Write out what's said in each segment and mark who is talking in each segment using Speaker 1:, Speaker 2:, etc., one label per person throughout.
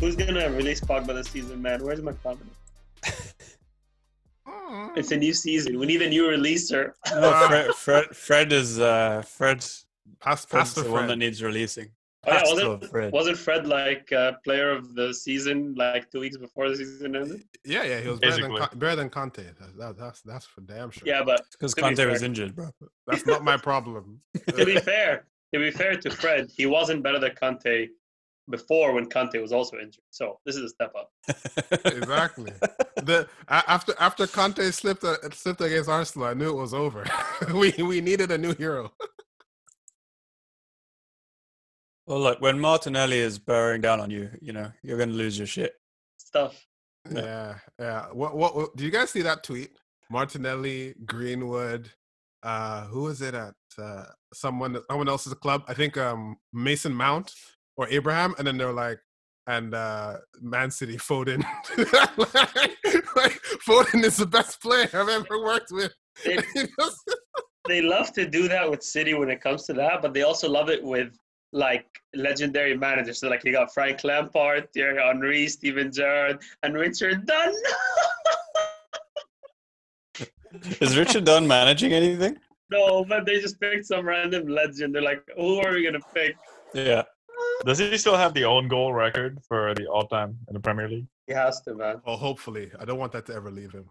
Speaker 1: Who's gonna release Pogba this season, man? Where's my confidence? It's a new season. We need a new releaser. Oh,
Speaker 2: No, Fred, Fred, Fred is uh, Fred.
Speaker 3: Pass,
Speaker 2: Fred's
Speaker 3: pass
Speaker 2: the
Speaker 3: to
Speaker 2: one
Speaker 3: Fred.
Speaker 2: that needs releasing.
Speaker 1: Oh, yeah,
Speaker 2: Pass
Speaker 1: wasn't,
Speaker 2: to Fred.
Speaker 1: wasn't Fred like uh, player of the season like two weeks before the season ended?
Speaker 3: yeah, yeah, he was better than,
Speaker 4: Basically.
Speaker 3: Con- better than Conte. That, that, that's that's for damn sure.
Speaker 1: Yeah, but
Speaker 2: Because
Speaker 1: to be
Speaker 2: Conte
Speaker 1: fair.
Speaker 2: was injured, bro.
Speaker 3: that's not my problem.
Speaker 1: to be fair, to be fair to Fred, he wasn't better than Conte before when Conte was also injured. So this is a step up.
Speaker 3: exactly. The a- after after Conte slipped uh, slipped against Arsenal, I knew it was over. we we needed a new hero.
Speaker 2: Well, look, when Martinelli is bearing down on you, you know you're going to lose your shit.
Speaker 1: Stuff.
Speaker 2: Yeah.
Speaker 3: Yeah, yeah. What, what what- do you guys see that tweet? Martinelli, Greenwood, uh who was it at uh someone someone else's club? I think um Mason Mount or Abraham and then they're like and uh Man City Foden. like, like, Foden is the best player I've ever worked with.
Speaker 1: They, they love to do that with City when it comes to that, but they also love it with like legendary managers. So like you got Frank Lampard, Thierry Henry, Steven Gerrard, and Richard Dunn.
Speaker 2: Is Richard Dunn managing anything?
Speaker 1: no, but they just picked some random legend. They're like, who are we gonna pick?
Speaker 2: Yeah.
Speaker 4: Does he still have the own goal record for the all time in the Premier League?
Speaker 1: He has to, man.
Speaker 3: well, hopefully. I don't want that to ever leave him.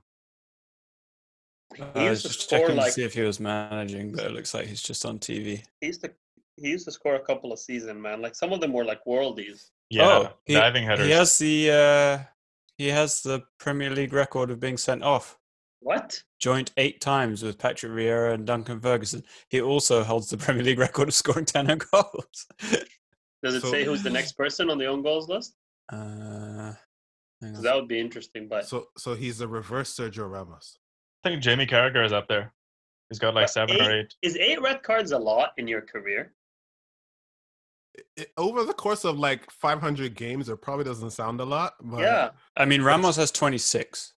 Speaker 1: He
Speaker 2: Uh, I
Speaker 1: used
Speaker 2: was
Speaker 1: to
Speaker 2: just
Speaker 1: score
Speaker 2: checking to
Speaker 1: like
Speaker 2: see if he was managing, but it looks like he's just on TV.
Speaker 1: he used to he used to score a couple of season, man. Like some of them were like worldies.
Speaker 4: Yeah,
Speaker 2: Oh, he-
Speaker 4: diving headers.
Speaker 2: He has the uh, he has the Premier League record of being sent off,
Speaker 1: What?
Speaker 2: joint eight times with Patrick Vieira and Duncan Ferguson. He also holds the Premier League record of scoring ten own goals.
Speaker 1: Does it
Speaker 3: So-
Speaker 1: say who's the next person on the own goals list?
Speaker 2: Uh, hang
Speaker 1: 'Cause
Speaker 2: on.
Speaker 1: That would be interesting, but
Speaker 3: So so he's the reverse Sergio Ramos.
Speaker 4: I think Jamie Carragher is up there. He's got like
Speaker 1: But
Speaker 4: seven or eight.
Speaker 1: is eight red cards a lot in your career?
Speaker 3: It- over the course of like 500 games, it probably doesn't sound a lot, but
Speaker 1: yeah.
Speaker 2: I mean, Ramos has twenty six.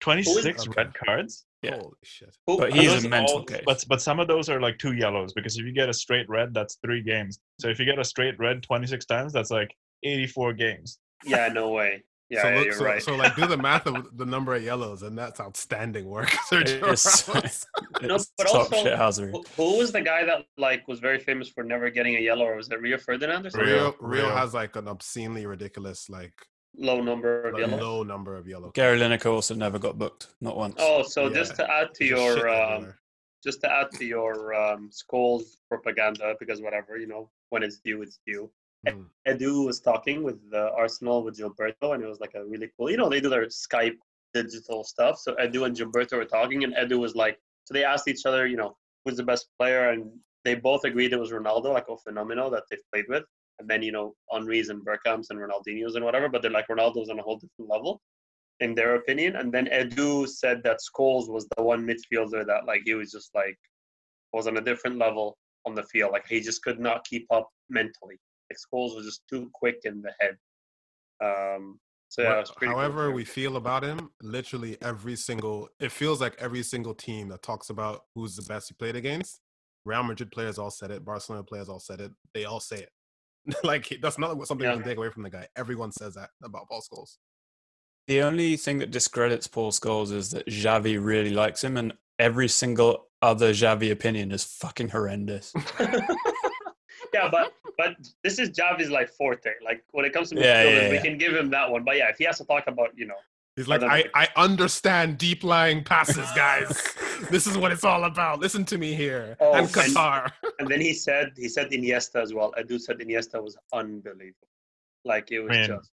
Speaker 4: Twenty-six
Speaker 3: Okay.
Speaker 4: red cards.
Speaker 2: Yeah.
Speaker 3: holy shit.
Speaker 1: Who-
Speaker 2: But
Speaker 4: Are
Speaker 2: he's a
Speaker 4: those
Speaker 2: mental
Speaker 4: all-
Speaker 2: case.
Speaker 4: But but some of those are like two yellows because if you get a straight red, that's three games. So if you get a straight red twenty-six times, that's like eighty-four games.
Speaker 1: yeah, no way. Yeah,
Speaker 3: so,
Speaker 1: yeah,
Speaker 3: look-
Speaker 1: you're
Speaker 3: so,
Speaker 1: right.
Speaker 3: so like do the math of the number of yellows, and that's outstanding work, Sergio
Speaker 2: It's-
Speaker 3: Ramos.
Speaker 1: No,
Speaker 2: It's
Speaker 1: but
Speaker 2: top
Speaker 1: also- Oh.
Speaker 2: shithousery.
Speaker 1: Who- Who was the guy that like was very famous for never getting a yellow, or was it Rio Ferdinand or something?
Speaker 4: Rio.
Speaker 3: Rio, Rio
Speaker 4: Rio.
Speaker 3: has like an obscenely ridiculous like
Speaker 1: Low number of
Speaker 3: like,
Speaker 1: yellows.
Speaker 3: low number of yellow.
Speaker 2: Gary Lineker also never got booked, not once.
Speaker 1: Oh, so
Speaker 3: Yeah.
Speaker 1: just to add to
Speaker 3: There's just shit
Speaker 1: your um,
Speaker 3: everywhere.
Speaker 1: just to add to your um, Skulls propaganda, because whatever you know, when it's due, it's due.
Speaker 3: Mm.
Speaker 1: Edu was talking with uh, Arsenal with Gilberto, and it was like a really cool. You know, they do their Skype digital stuff. So Edu and Gilberto were talking, and Edu was like, so they asked each other, you know, who's the best player, and they both agreed it was Ronaldo, like a phenomenal that they've played with, and then you know, Henri's and Bergkamp's and Ronaldinho's and whatever. But they're like Ronaldo's on a whole different level, in their opinion. And then Edu said that Scholes was the one midfielder that like he was just like was on a different level on the field. Like he just could not keep up mentally. Like Scholes was just too quick in the head. Um, so yeah, it was
Speaker 3: Wha-
Speaker 1: pretty cool
Speaker 3: however
Speaker 1: player.
Speaker 3: we feel about him, literally every single it feels like every single team that talks about who's the best he played against. Real Madrid players all said it. Barcelona players all said it. They all say it. like he- that's not something
Speaker 1: Yeah.
Speaker 3: you can take away from the guy. Everyone says that about Paul Scholes.
Speaker 2: The only thing that discredits Paul Scholes is that Xavi really likes him, and every single other Xavi opinion is fucking horrendous.
Speaker 1: yeah, but but this is Javi's like forte. Like when it comes to midfielders,
Speaker 2: Yeah, yeah,
Speaker 1: we
Speaker 2: yeah.
Speaker 1: can give him that one. But yeah, if he has to talk about you know,
Speaker 3: He's like,
Speaker 1: Other
Speaker 3: I,
Speaker 1: than-
Speaker 3: I understand deep lying passes, guys. this is what it's all about. Listen to me here.
Speaker 1: Oh,
Speaker 3: and
Speaker 1: and-
Speaker 3: Qatar.
Speaker 1: and then he said he said Iniesta as well. Edu said Iniesta was unbelievable. Like it was
Speaker 4: Man.
Speaker 1: just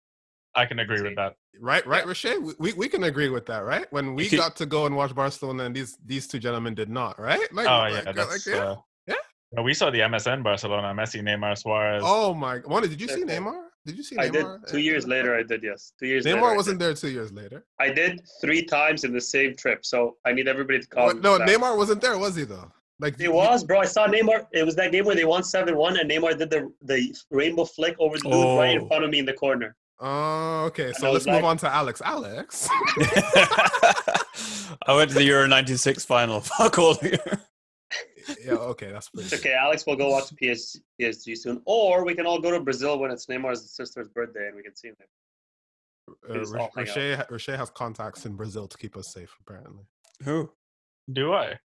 Speaker 4: I can agree with that.
Speaker 3: right, right, Rashay? We, we, we can agree with that, right? When we
Speaker 2: can-
Speaker 3: got to go and watch Barcelona and these these two gentlemen did not, right? Like,
Speaker 4: Oh
Speaker 3: like-
Speaker 4: yeah,
Speaker 3: like,
Speaker 4: that's
Speaker 3: yeah.
Speaker 4: uh,
Speaker 3: Yeah.
Speaker 4: No, we saw the MSN Barcelona, Messi, Neymar, Suarez.
Speaker 3: oh my Wanda, did you see
Speaker 1: Okay.
Speaker 3: Neymar? Did you see Neymar?
Speaker 1: I did two years later. I did yes, two years later. I
Speaker 3: uh, Neymar
Speaker 1: did.
Speaker 3: wasn't there two years later.
Speaker 1: I did three times in the same trip, so I need everybody to
Speaker 3: What-
Speaker 1: comment.
Speaker 3: no,
Speaker 1: Oh, that.
Speaker 3: Neymar wasn't there, was he though? Like
Speaker 1: It was, bro. I saw Neymar. It was that game where they won seven one, and Neymar did the the rainbow flick over the dude right in
Speaker 2: Oh.
Speaker 1: front of me in the corner.
Speaker 3: Oh, okay.
Speaker 1: I
Speaker 3: So
Speaker 1: was
Speaker 3: let's
Speaker 1: like-
Speaker 3: move on to Alex. Alex.
Speaker 2: I went to the Euro 96 final. Fuck all of you.
Speaker 3: yeah, okay, that's pretty.
Speaker 1: It's okay. Alex will go watch PSG, PSG soon, or we can all go to Brazil when it's Neymar's sister's birthday and we can see him.
Speaker 3: Uh,
Speaker 1: Just all hang out.
Speaker 3: Roche, Roche has contacts in Brazil to keep us safe, apparently.
Speaker 2: Who?
Speaker 5: Do I?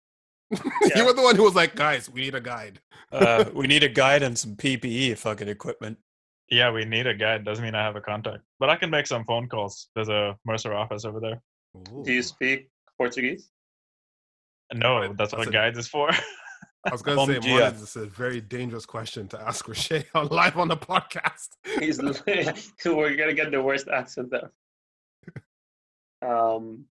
Speaker 1: Yeah.
Speaker 3: you were the one who was like, guys, we need a guide.
Speaker 2: Uh, we need a guide and some PPE fucking equipment.
Speaker 5: Yeah, we need a guide. Doesn't mean I have a contact, but I can make some phone calls. There's a Mercer office over there.
Speaker 1: Do you speak Portuguese?
Speaker 5: No,
Speaker 3: Right,
Speaker 5: that's,
Speaker 3: that's
Speaker 5: what
Speaker 3: it.
Speaker 5: guides is for.
Speaker 3: I was going
Speaker 2: Bom
Speaker 3: to say,
Speaker 2: dia.
Speaker 3: Martin, this is a very dangerous question to ask Roche on live on the podcast.
Speaker 1: He's we're gonna get the worst accent there. Um,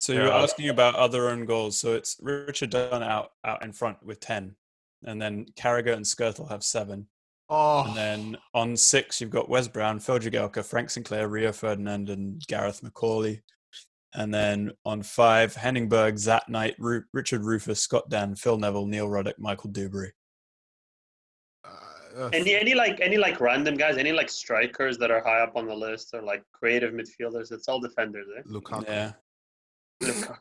Speaker 2: So
Speaker 5: Yeah,
Speaker 2: you were
Speaker 5: I'll-
Speaker 2: asking about other own goals. So it's Richard Dunn out out in front with ten, and then Carragher and Skirtle have seven,
Speaker 3: Oh,
Speaker 2: and then on six you've got Wes Brown, Phil Jagielka, Frank Sinclair, Rio Ferdinand, and Gareth McCauley, and then on five Henningberg, Zat Knight, Ru- Richard Rufus, Scott Dan, Phil Neville, Neil Ruddock, Michael Dewberry.
Speaker 3: uh, that's-
Speaker 1: any any like any like random guys, any like strikers that are high up on the list or like creative midfielders. It's all defenders. Eh?
Speaker 3: Lukaku.
Speaker 2: Yeah,
Speaker 1: Lukaku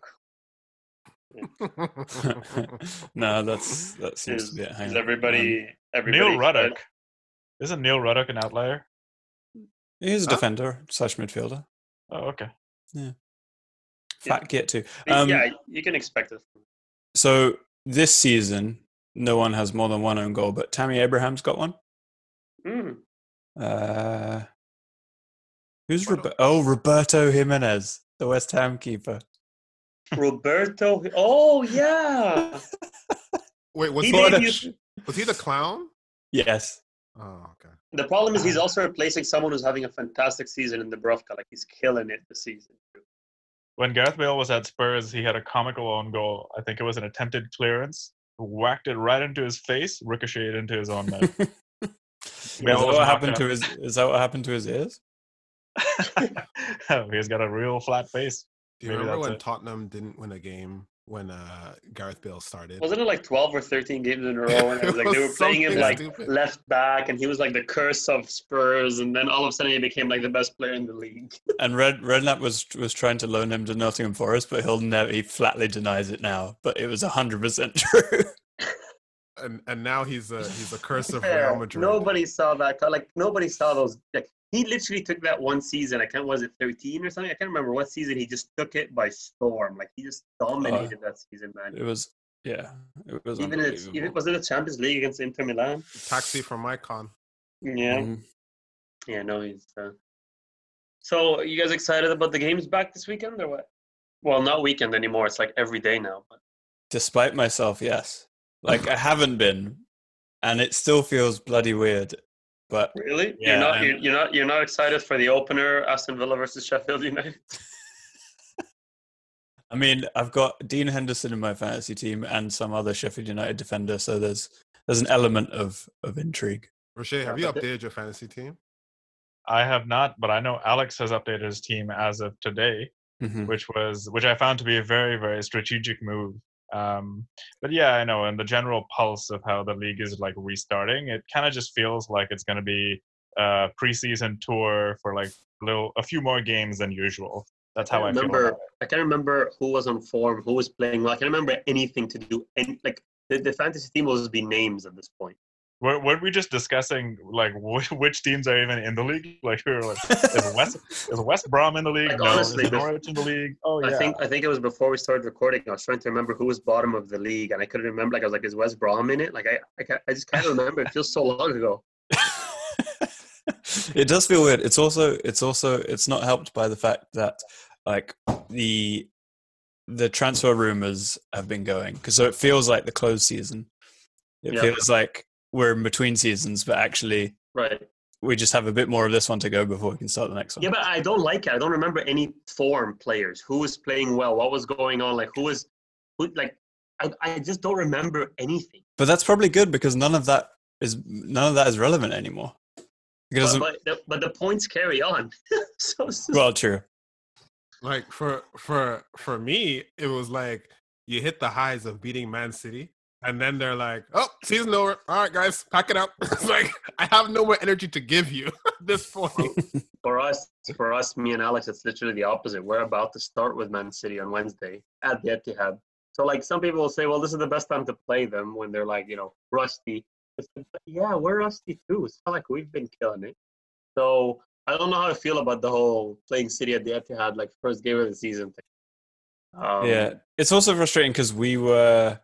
Speaker 2: no, that's that seems to
Speaker 1: is,
Speaker 2: be it. Hang
Speaker 1: is
Speaker 2: on. Um,
Speaker 1: everybody everybody
Speaker 5: Neil Ruddock. Isn't Neil Ruddock an outlier?
Speaker 2: he's a
Speaker 3: Huh?
Speaker 2: defender slash midfielder.
Speaker 5: Oh, okay.
Speaker 1: Yeah.
Speaker 2: Fat kit too. Um,
Speaker 1: yeah, you can expect it.
Speaker 2: So this season, no one has more than one own goal, but Tammy Abraham's got one.
Speaker 1: Mm.
Speaker 2: Uh, who's
Speaker 3: Roberto.
Speaker 2: Rober- oh Roberto Jimenez, the West Ham keeper.
Speaker 1: Roberto. Oh yeah.
Speaker 3: Wait, was
Speaker 1: He
Speaker 3: he,
Speaker 1: did
Speaker 3: the, was he the clown?
Speaker 2: Yes,
Speaker 3: Oh, okay.
Speaker 1: The problem is he's also replacing someone who's having a fantastic season in the Brovka. Like he's killing it this season.
Speaker 5: When Gareth Bale was at Spurs, he had a comical own goal. I think it was an attempted clearance. Whacked it right into his face, ricocheted into his own net.
Speaker 2: is
Speaker 5: Yeah,
Speaker 2: that
Speaker 5: it was
Speaker 2: what happened
Speaker 5: knocked
Speaker 2: to his? Is that what happened to his ears?
Speaker 5: Oh, He's got a real flat face.
Speaker 3: Do you
Speaker 5: Maybe
Speaker 3: remember
Speaker 5: that's
Speaker 3: when
Speaker 5: it.
Speaker 3: Tottenham didn't win a game when uh, Gareth Bale started?
Speaker 1: Wasn't it like twelve or thirteen games in a row? And it was like they were
Speaker 3: was
Speaker 1: playing him
Speaker 3: something
Speaker 1: like
Speaker 3: stupid.
Speaker 1: left back, and he was like the curse of Spurs. And then all of a sudden he became like the best player in the league.
Speaker 2: And Red Redknapp was was trying to loan him to Nottingham Forest, but he'll never. He flatly denies it now. But it was hundred percent true.
Speaker 3: and and now he's a he's a curse of
Speaker 1: Fair.
Speaker 3: Real Madrid.
Speaker 1: Nobody saw that. co- Like nobody saw those. Like he literally took that one season. I can't was it thirteen or something. I can't remember what season he just took it by storm. Like he just dominated that season, man.
Speaker 2: It was yeah. It was
Speaker 1: Even it's even was it the Champions League against Inter Milan?
Speaker 3: Taxi from Icon.
Speaker 1: Yeah,
Speaker 2: unbelievable.
Speaker 5: Mm-hmm.
Speaker 1: yeah, no, he's. Uh... So you guys excited about the games back this weekend or what? Well, not weekend anymore. It's like every day now. But
Speaker 2: despite myself yes like i haven't been and it still feels bloody weird but
Speaker 1: really,
Speaker 5: Yeah,
Speaker 1: you're not
Speaker 2: I'm-
Speaker 1: you're, you're not you're not excited for the opener, Aston Villa versus Sheffield United.
Speaker 2: i mean i've got dean henderson in my fantasy team and some other sheffield united defender so there's there's an element of of intrigue
Speaker 3: Roche, have you
Speaker 1: Yeah, but-
Speaker 3: updated your fantasy team?
Speaker 5: I have not, but I know Alex has updated his team as of today.
Speaker 2: Hmm.
Speaker 5: which was which I found to be a very very strategic move. Um, but yeah, I know, and the general pulse of how the league is like restarting, it kind of just feels like it's going to be a preseason tour for like little a few more games than usual. That's how I, feel.
Speaker 1: remember.
Speaker 5: about it.
Speaker 1: I can't remember who was on form, who was playing well. I can't remember anything to do. And like the, the fantasy team will just be names at this point.
Speaker 5: Were, weren't we just discussing like wh- which teams are even in the league? Like we were like, is West is West Brom in the league?
Speaker 1: Like,
Speaker 5: no,
Speaker 1: honestly,
Speaker 5: is
Speaker 1: bef-
Speaker 5: Norwich in the league? Oh yeah,
Speaker 1: I think I think it was before we started recording. I was trying to remember who was bottom of the league, and I couldn't remember. Like I was like, is West Brom in it? Like I I, ca- I just can't remember. It feels so long ago.
Speaker 2: it does feel weird it's also it's also it's not helped by the fact that like the the transfer rumors have been going because so it feels like the closed season it
Speaker 1: Yeah.
Speaker 2: feels like we're in between seasons but actually
Speaker 1: Right.
Speaker 2: we just have a bit more of this one to go before we can start the next one.
Speaker 1: Yeah, but I don't like it. I don't remember any form players. Who was playing well? What was going on? Like who was, who like, I, I just don't remember anything.
Speaker 2: But that's probably good because none of that is none of that is relevant anymore. It
Speaker 1: But,
Speaker 2: doesn't.
Speaker 1: but, the, but the points carry on. so it's just-
Speaker 2: well, true.
Speaker 3: Like for for for me, it was like you hit the highs of beating Man City, and then they're like, "Oh, season over. All right, guys, pack it up." it's like I have no more energy to give you at this point.
Speaker 1: For us, for us, me and Alex, it's literally the opposite. We're about to start with Man City on Wednesday at the Etihad, So like some people will say, well, this is the best time to play them when they're like you know rusty. It's like, but yeah, we're rusty too. It's not like we've been killing it. So I don't know how I feel about the whole playing City at the Etihad like first game of the season thing. Um,
Speaker 2: yeah, it's also frustrating because we were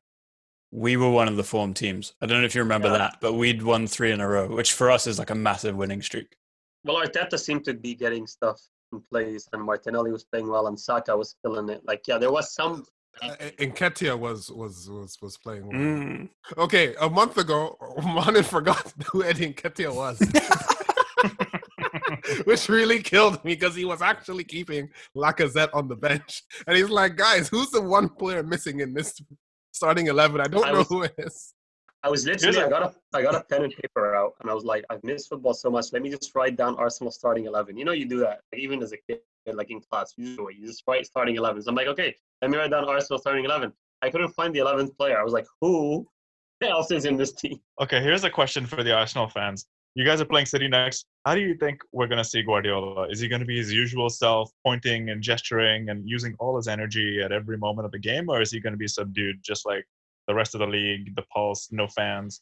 Speaker 2: we were one of the form teams. I don't know if you remember
Speaker 1: Yeah.
Speaker 2: that, but we'd won three in a row, which for us is like a massive winning streak.
Speaker 1: Well, Arteta seemed to be getting stuff in place, and Martinelli was playing well, and Saka was killing it. Like, yeah, there was some.
Speaker 3: Uh, Enketia was was was was playing. well.
Speaker 1: Mm.
Speaker 3: Okay, a month ago, Manon forgot who Eddie Nketiah was, which really killed me because he was actually keeping Lacazette on the bench, and he's like, "Guys, who's the one player missing in this starting eleven? I don't
Speaker 1: I
Speaker 3: know
Speaker 1: was-
Speaker 3: who it is."
Speaker 1: I was
Speaker 4: Here's
Speaker 1: literally,
Speaker 4: a-
Speaker 1: I got a, I got a pen and paper out, and I was like, I've missed football so much. Let me just write down Arsenal starting eleven. You know, you do that like, even as a kid, like in class, you do it. You just write starting eleven. So I'm like, okay, let me write down Arsenal starting eleven. I couldn't find the eleventh player. I was like, who else is in this team?
Speaker 4: Okay, here's a question for the Arsenal fans. You guys are playing City next. How do you think we're going to see Guardiola? Is he going to be his usual self, pointing and gesturing and using all his energy at every moment of the game, or is he going to be subdued, just like the rest of the league, the pulse, no fans?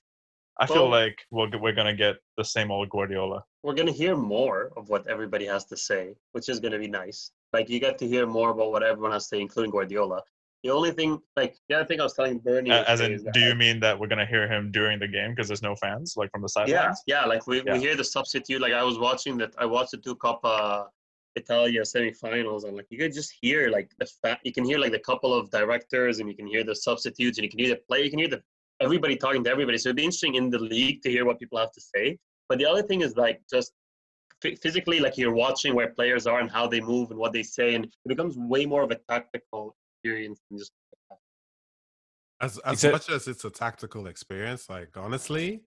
Speaker 4: I feel
Speaker 1: Well-
Speaker 4: like we're, we're going to get the same old Guardiola.
Speaker 1: we're going to hear more of what everybody has to say, which is going to be nice. Like you get to hear more about what everyone has to say, including Guardiola. The only thing, like the other thing I was telling Bernie,
Speaker 4: A- As
Speaker 1: yesterday
Speaker 4: in,
Speaker 1: is that,
Speaker 4: do you
Speaker 1: like,
Speaker 4: mean that we're going to hear him during the game because there's no fans, like from the
Speaker 1: Yeah,
Speaker 4: sidelines?
Speaker 1: yeah. Like we,
Speaker 4: Yeah.
Speaker 1: we hear the substitute. Like I was watching that. I watched the two Coppa Italia semifinals, and like you could just hear like the fa- you can hear like the couple of directors, and you can hear the substitutes, and you can hear the play. You can hear the everybody talking to everybody. So it'd be interesting in the league to hear what people have to say. But the other thing is like just phy- physically, like you're watching where players are and how they move and what they say, and it becomes way more of a tactical experience than just
Speaker 3: As as
Speaker 2: Except-
Speaker 3: much as it's a tactical experience, like honestly,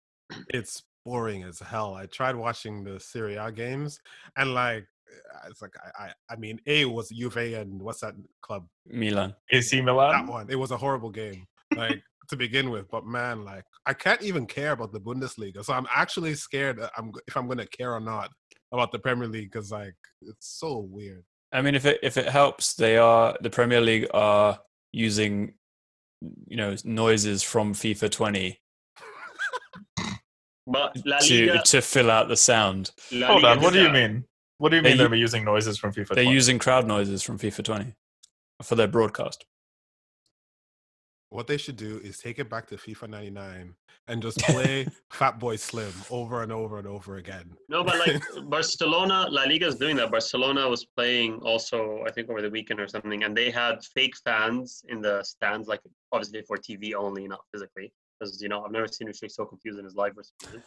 Speaker 3: it's boring as hell. I tried watching the Serie A games, and like, eh, it's like I I, I mean, A was Juve and what's that club?
Speaker 2: Milan.
Speaker 4: AC Milan?
Speaker 5: Um,
Speaker 3: that one. It was a horrible game, like to begin with. But man, like I can't even care about the Bundesliga, so I'm actually scared that I'm if I'm gonna care or not about the Premier League because like it's so weird.
Speaker 2: I mean, if it if it helps, they are the Premier League are using, you know, noises from FIFA 20
Speaker 1: But La
Speaker 2: to
Speaker 1: Liga,
Speaker 2: to fill out the sound.
Speaker 1: La
Speaker 4: Hold
Speaker 1: Liga
Speaker 4: on, what do
Speaker 1: did
Speaker 4: you
Speaker 1: that.
Speaker 4: mean? What do you
Speaker 2: They
Speaker 4: mean
Speaker 2: u-
Speaker 4: they're using noises from FIFA?
Speaker 2: They're
Speaker 4: 20?
Speaker 2: using crowd noises from FIFA 20 for their broadcast.
Speaker 3: What they should do is take it back to FIFA 99 and just play Fatboy Slim over and over and over again.
Speaker 1: No, but like Barcelona, La Liga is doing that. Barcelona was playing also, I think, over the weekend or something, and they had fake fans in the stands, like obviously for TV only, not physically, because you know I've never seen Ushik so confused in his life. Or something.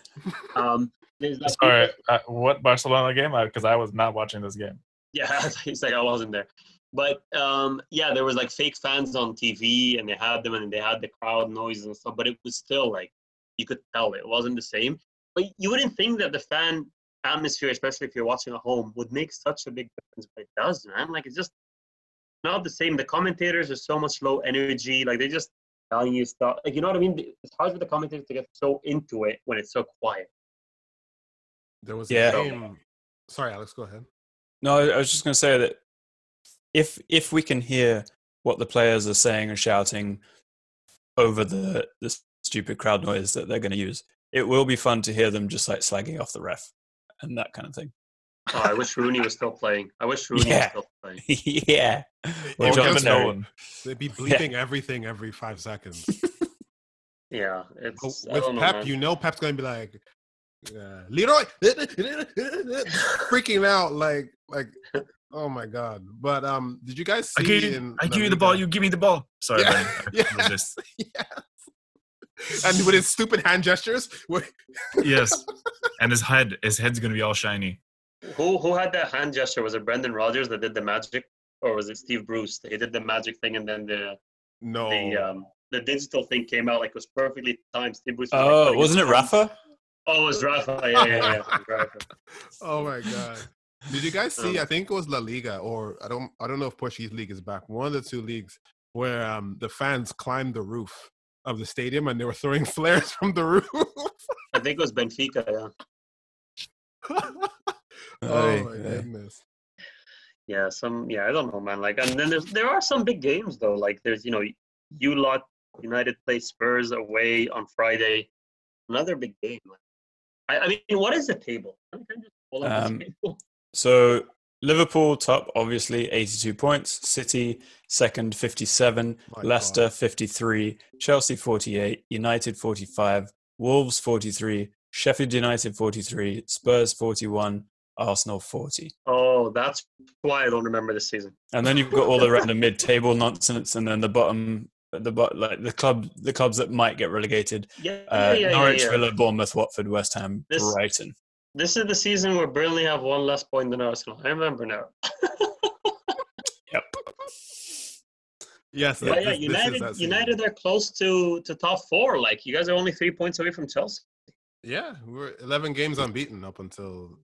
Speaker 1: Um, there's like people-
Speaker 4: Sorry, uh, what Barcelona game? Because I was not watching this game.
Speaker 1: yeah, it's like I wasn't there. But um, yeah, there was like fake fans on TV, and they had them, and they had the crowd noise and stuff. But it was still like you could tell it wasn't the same. But you wouldn't think that the fan atmosphere, especially if you're watching at home, would make such a big difference, but it does, man. Like it's just not the same. The commentators are so much low energy. Like they just telling you stuff. Like you know what I mean? It's hard for the commentators to get so into it when it's so quiet.
Speaker 3: There was
Speaker 2: Yeah.
Speaker 3: a game. Sorry, Alex, go ahead.
Speaker 2: No, I I was just going to say that if if we can hear what the players are saying and shouting over the the stupid crowd noise that they're going to use, it will be fun to hear them just like slagging off the ref and that kind of thing.
Speaker 1: Oh, I wish Rooney was still playing. I wish Rooney
Speaker 2: Yeah.
Speaker 1: was still playing.
Speaker 2: yeah,
Speaker 4: Or
Speaker 2: Well,
Speaker 3: It
Speaker 2: John
Speaker 4: Kevin
Speaker 3: just-
Speaker 2: Terry.
Speaker 4: Nolan.
Speaker 3: They'd be bleeping everything every five seconds.
Speaker 1: Yeah, it's
Speaker 3: But
Speaker 1: I
Speaker 3: with
Speaker 1: don't know,
Speaker 3: Pep,
Speaker 1: man.
Speaker 3: you know Pep's gonna be like, uh, Leroy, freaking out, like, like, oh my god. But um, did you guys see?
Speaker 5: I give you,
Speaker 3: in
Speaker 5: I
Speaker 3: La
Speaker 5: give you the ball. You
Speaker 3: Liga-
Speaker 5: give me the ball. Sorry,
Speaker 3: Yeah.
Speaker 5: man. I
Speaker 3: Yes.
Speaker 5: resist.
Speaker 3: yes. And with his stupid hand gestures, with-
Speaker 5: yes. And his head, his head's gonna be all shiny.
Speaker 1: Who who had that hand gesture? Was it Brendan Rodgers that did the magic, or was it Steve Bruce? He did the magic thing, and then the
Speaker 3: no,
Speaker 1: the
Speaker 2: Oh.
Speaker 1: um, the digital thing came out like it was perfectly timed. Steve Bruce. Was, like, um,
Speaker 2: Oh,
Speaker 1: putting his
Speaker 2: wasn't it
Speaker 1: hand-
Speaker 2: Rafa?
Speaker 1: Oh, it was Rafa. Yeah, yeah, yeah. it was Rafa.
Speaker 3: oh my god. Did you guys see?
Speaker 1: Um,
Speaker 3: I think it was La Liga, or I don't, I don't know if Portuguese league is back. One of the two leagues where um the fans climbed the roof of the stadium and they were throwing flares from the roof.
Speaker 1: I think it was Benfica. Yeah,
Speaker 3: oh
Speaker 2: Aye,
Speaker 3: my
Speaker 2: aye.
Speaker 3: goodness.
Speaker 1: yeah. Some yeah. I don't know, man. Like, and then there's there are some big games though. Like, there's you know you lot United play Spurs away on Friday. Another big game. I, I mean, what is the table? Can I just pull up
Speaker 2: Um,
Speaker 1: the table?
Speaker 2: So Liverpool top, obviously, 82 points. City second, 57.
Speaker 3: My
Speaker 2: Leicester,
Speaker 3: God.
Speaker 2: 53. Chelsea, 48. United, 45. Wolves, 43. Sheffield United, 43. Spurs, 41. Arsenal, 40.
Speaker 1: Oh, that's why I don't remember this season.
Speaker 2: And then you've got all the random mid-table nonsense, and then the bottom, the bot, like the club, the clubs that might get relegated:
Speaker 1: Yeah, yeah,
Speaker 2: uh,
Speaker 1: yeah, yeah,
Speaker 2: Norwich,
Speaker 1: yeah.
Speaker 2: Villa, Bournemouth, Watford, West Ham,
Speaker 1: This-
Speaker 2: Brighton.
Speaker 1: This is the season where Burnley have one less point than Arsenal. I remember now.
Speaker 3: Yes.
Speaker 1: But yeah,
Speaker 3: this- this is
Speaker 1: United,
Speaker 3: that season.
Speaker 1: United are close to to top four. Like you guys are only three points away from Chelsea.
Speaker 3: Yeah, we were 11 games unbeaten up until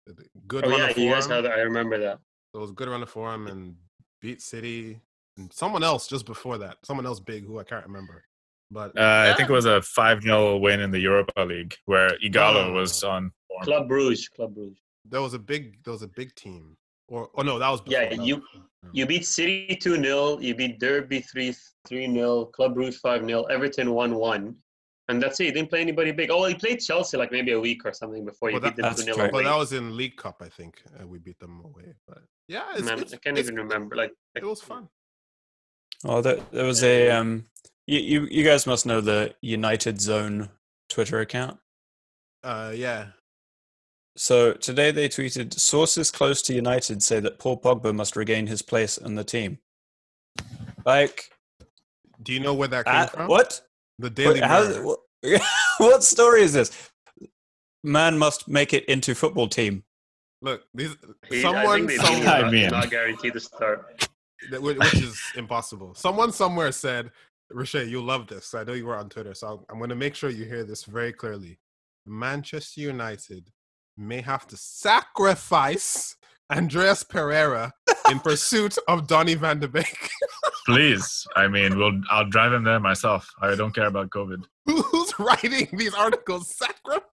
Speaker 3: good
Speaker 1: Oh
Speaker 3: run
Speaker 1: yeah,
Speaker 3: of
Speaker 1: you guys
Speaker 3: form.
Speaker 1: have. I remember that.
Speaker 3: It was good run of form and beat City and someone else just before that. Someone else big who I can't remember. But
Speaker 5: Uh, I think it was a 5 0 win in the Europa League where Igalo
Speaker 3: Oh.
Speaker 5: was on form.
Speaker 1: Club Bruges, Club Bruges.
Speaker 3: there was a big there was a big team. Or oh no, that was before.
Speaker 1: Yeah,
Speaker 3: that
Speaker 1: you-
Speaker 3: was-
Speaker 1: You beat City 2 0, you beat Derby 3 3 0, Club Brugge 5 0, Everton 1 1. And that's it. You didn't play anybody big. Oh, you played Chelsea like maybe a week or something before you
Speaker 3: Well, that-
Speaker 1: beat them
Speaker 2: that's
Speaker 1: 2 0.
Speaker 2: correct.
Speaker 3: Well, that was in League Cup, I think. And we beat them away. But yeah, it's, it's-
Speaker 1: I can't
Speaker 3: it's-
Speaker 1: even remember. Like
Speaker 3: It was fun.
Speaker 2: Oh, there, there was a um, you, you you guys must know the United Zone Twitter account.
Speaker 3: Uh, yeah.
Speaker 2: So today they tweeted: sources close to United say that Paul Pogba must regain his place in the team. Like
Speaker 3: Do you know where that came
Speaker 2: that-
Speaker 3: from?
Speaker 2: Uh, what?
Speaker 3: The Daily
Speaker 2: Wait, how-
Speaker 3: Mirror.
Speaker 2: wh- what story is this? Man must make it into football team.
Speaker 3: Look, these
Speaker 1: He, I think
Speaker 3: someone
Speaker 1: they
Speaker 3: somewhere-
Speaker 5: I
Speaker 1: did
Speaker 5: mean-
Speaker 1: not, not guaranteed to start.
Speaker 3: that- whi- which is impossible. Someone somewhere said, Roche, you'll love this. I know you were on Twitter, so I'm- I'm going to make sure you hear this very clearly. Manchester United may have to sacrifice Andreas Pereira in pursuit of Donny van de Beek.
Speaker 5: Please. I mean, we'll, I'll drive him there myself. I don't care about COVID.
Speaker 3: Who's writing these articles? Sacrifice.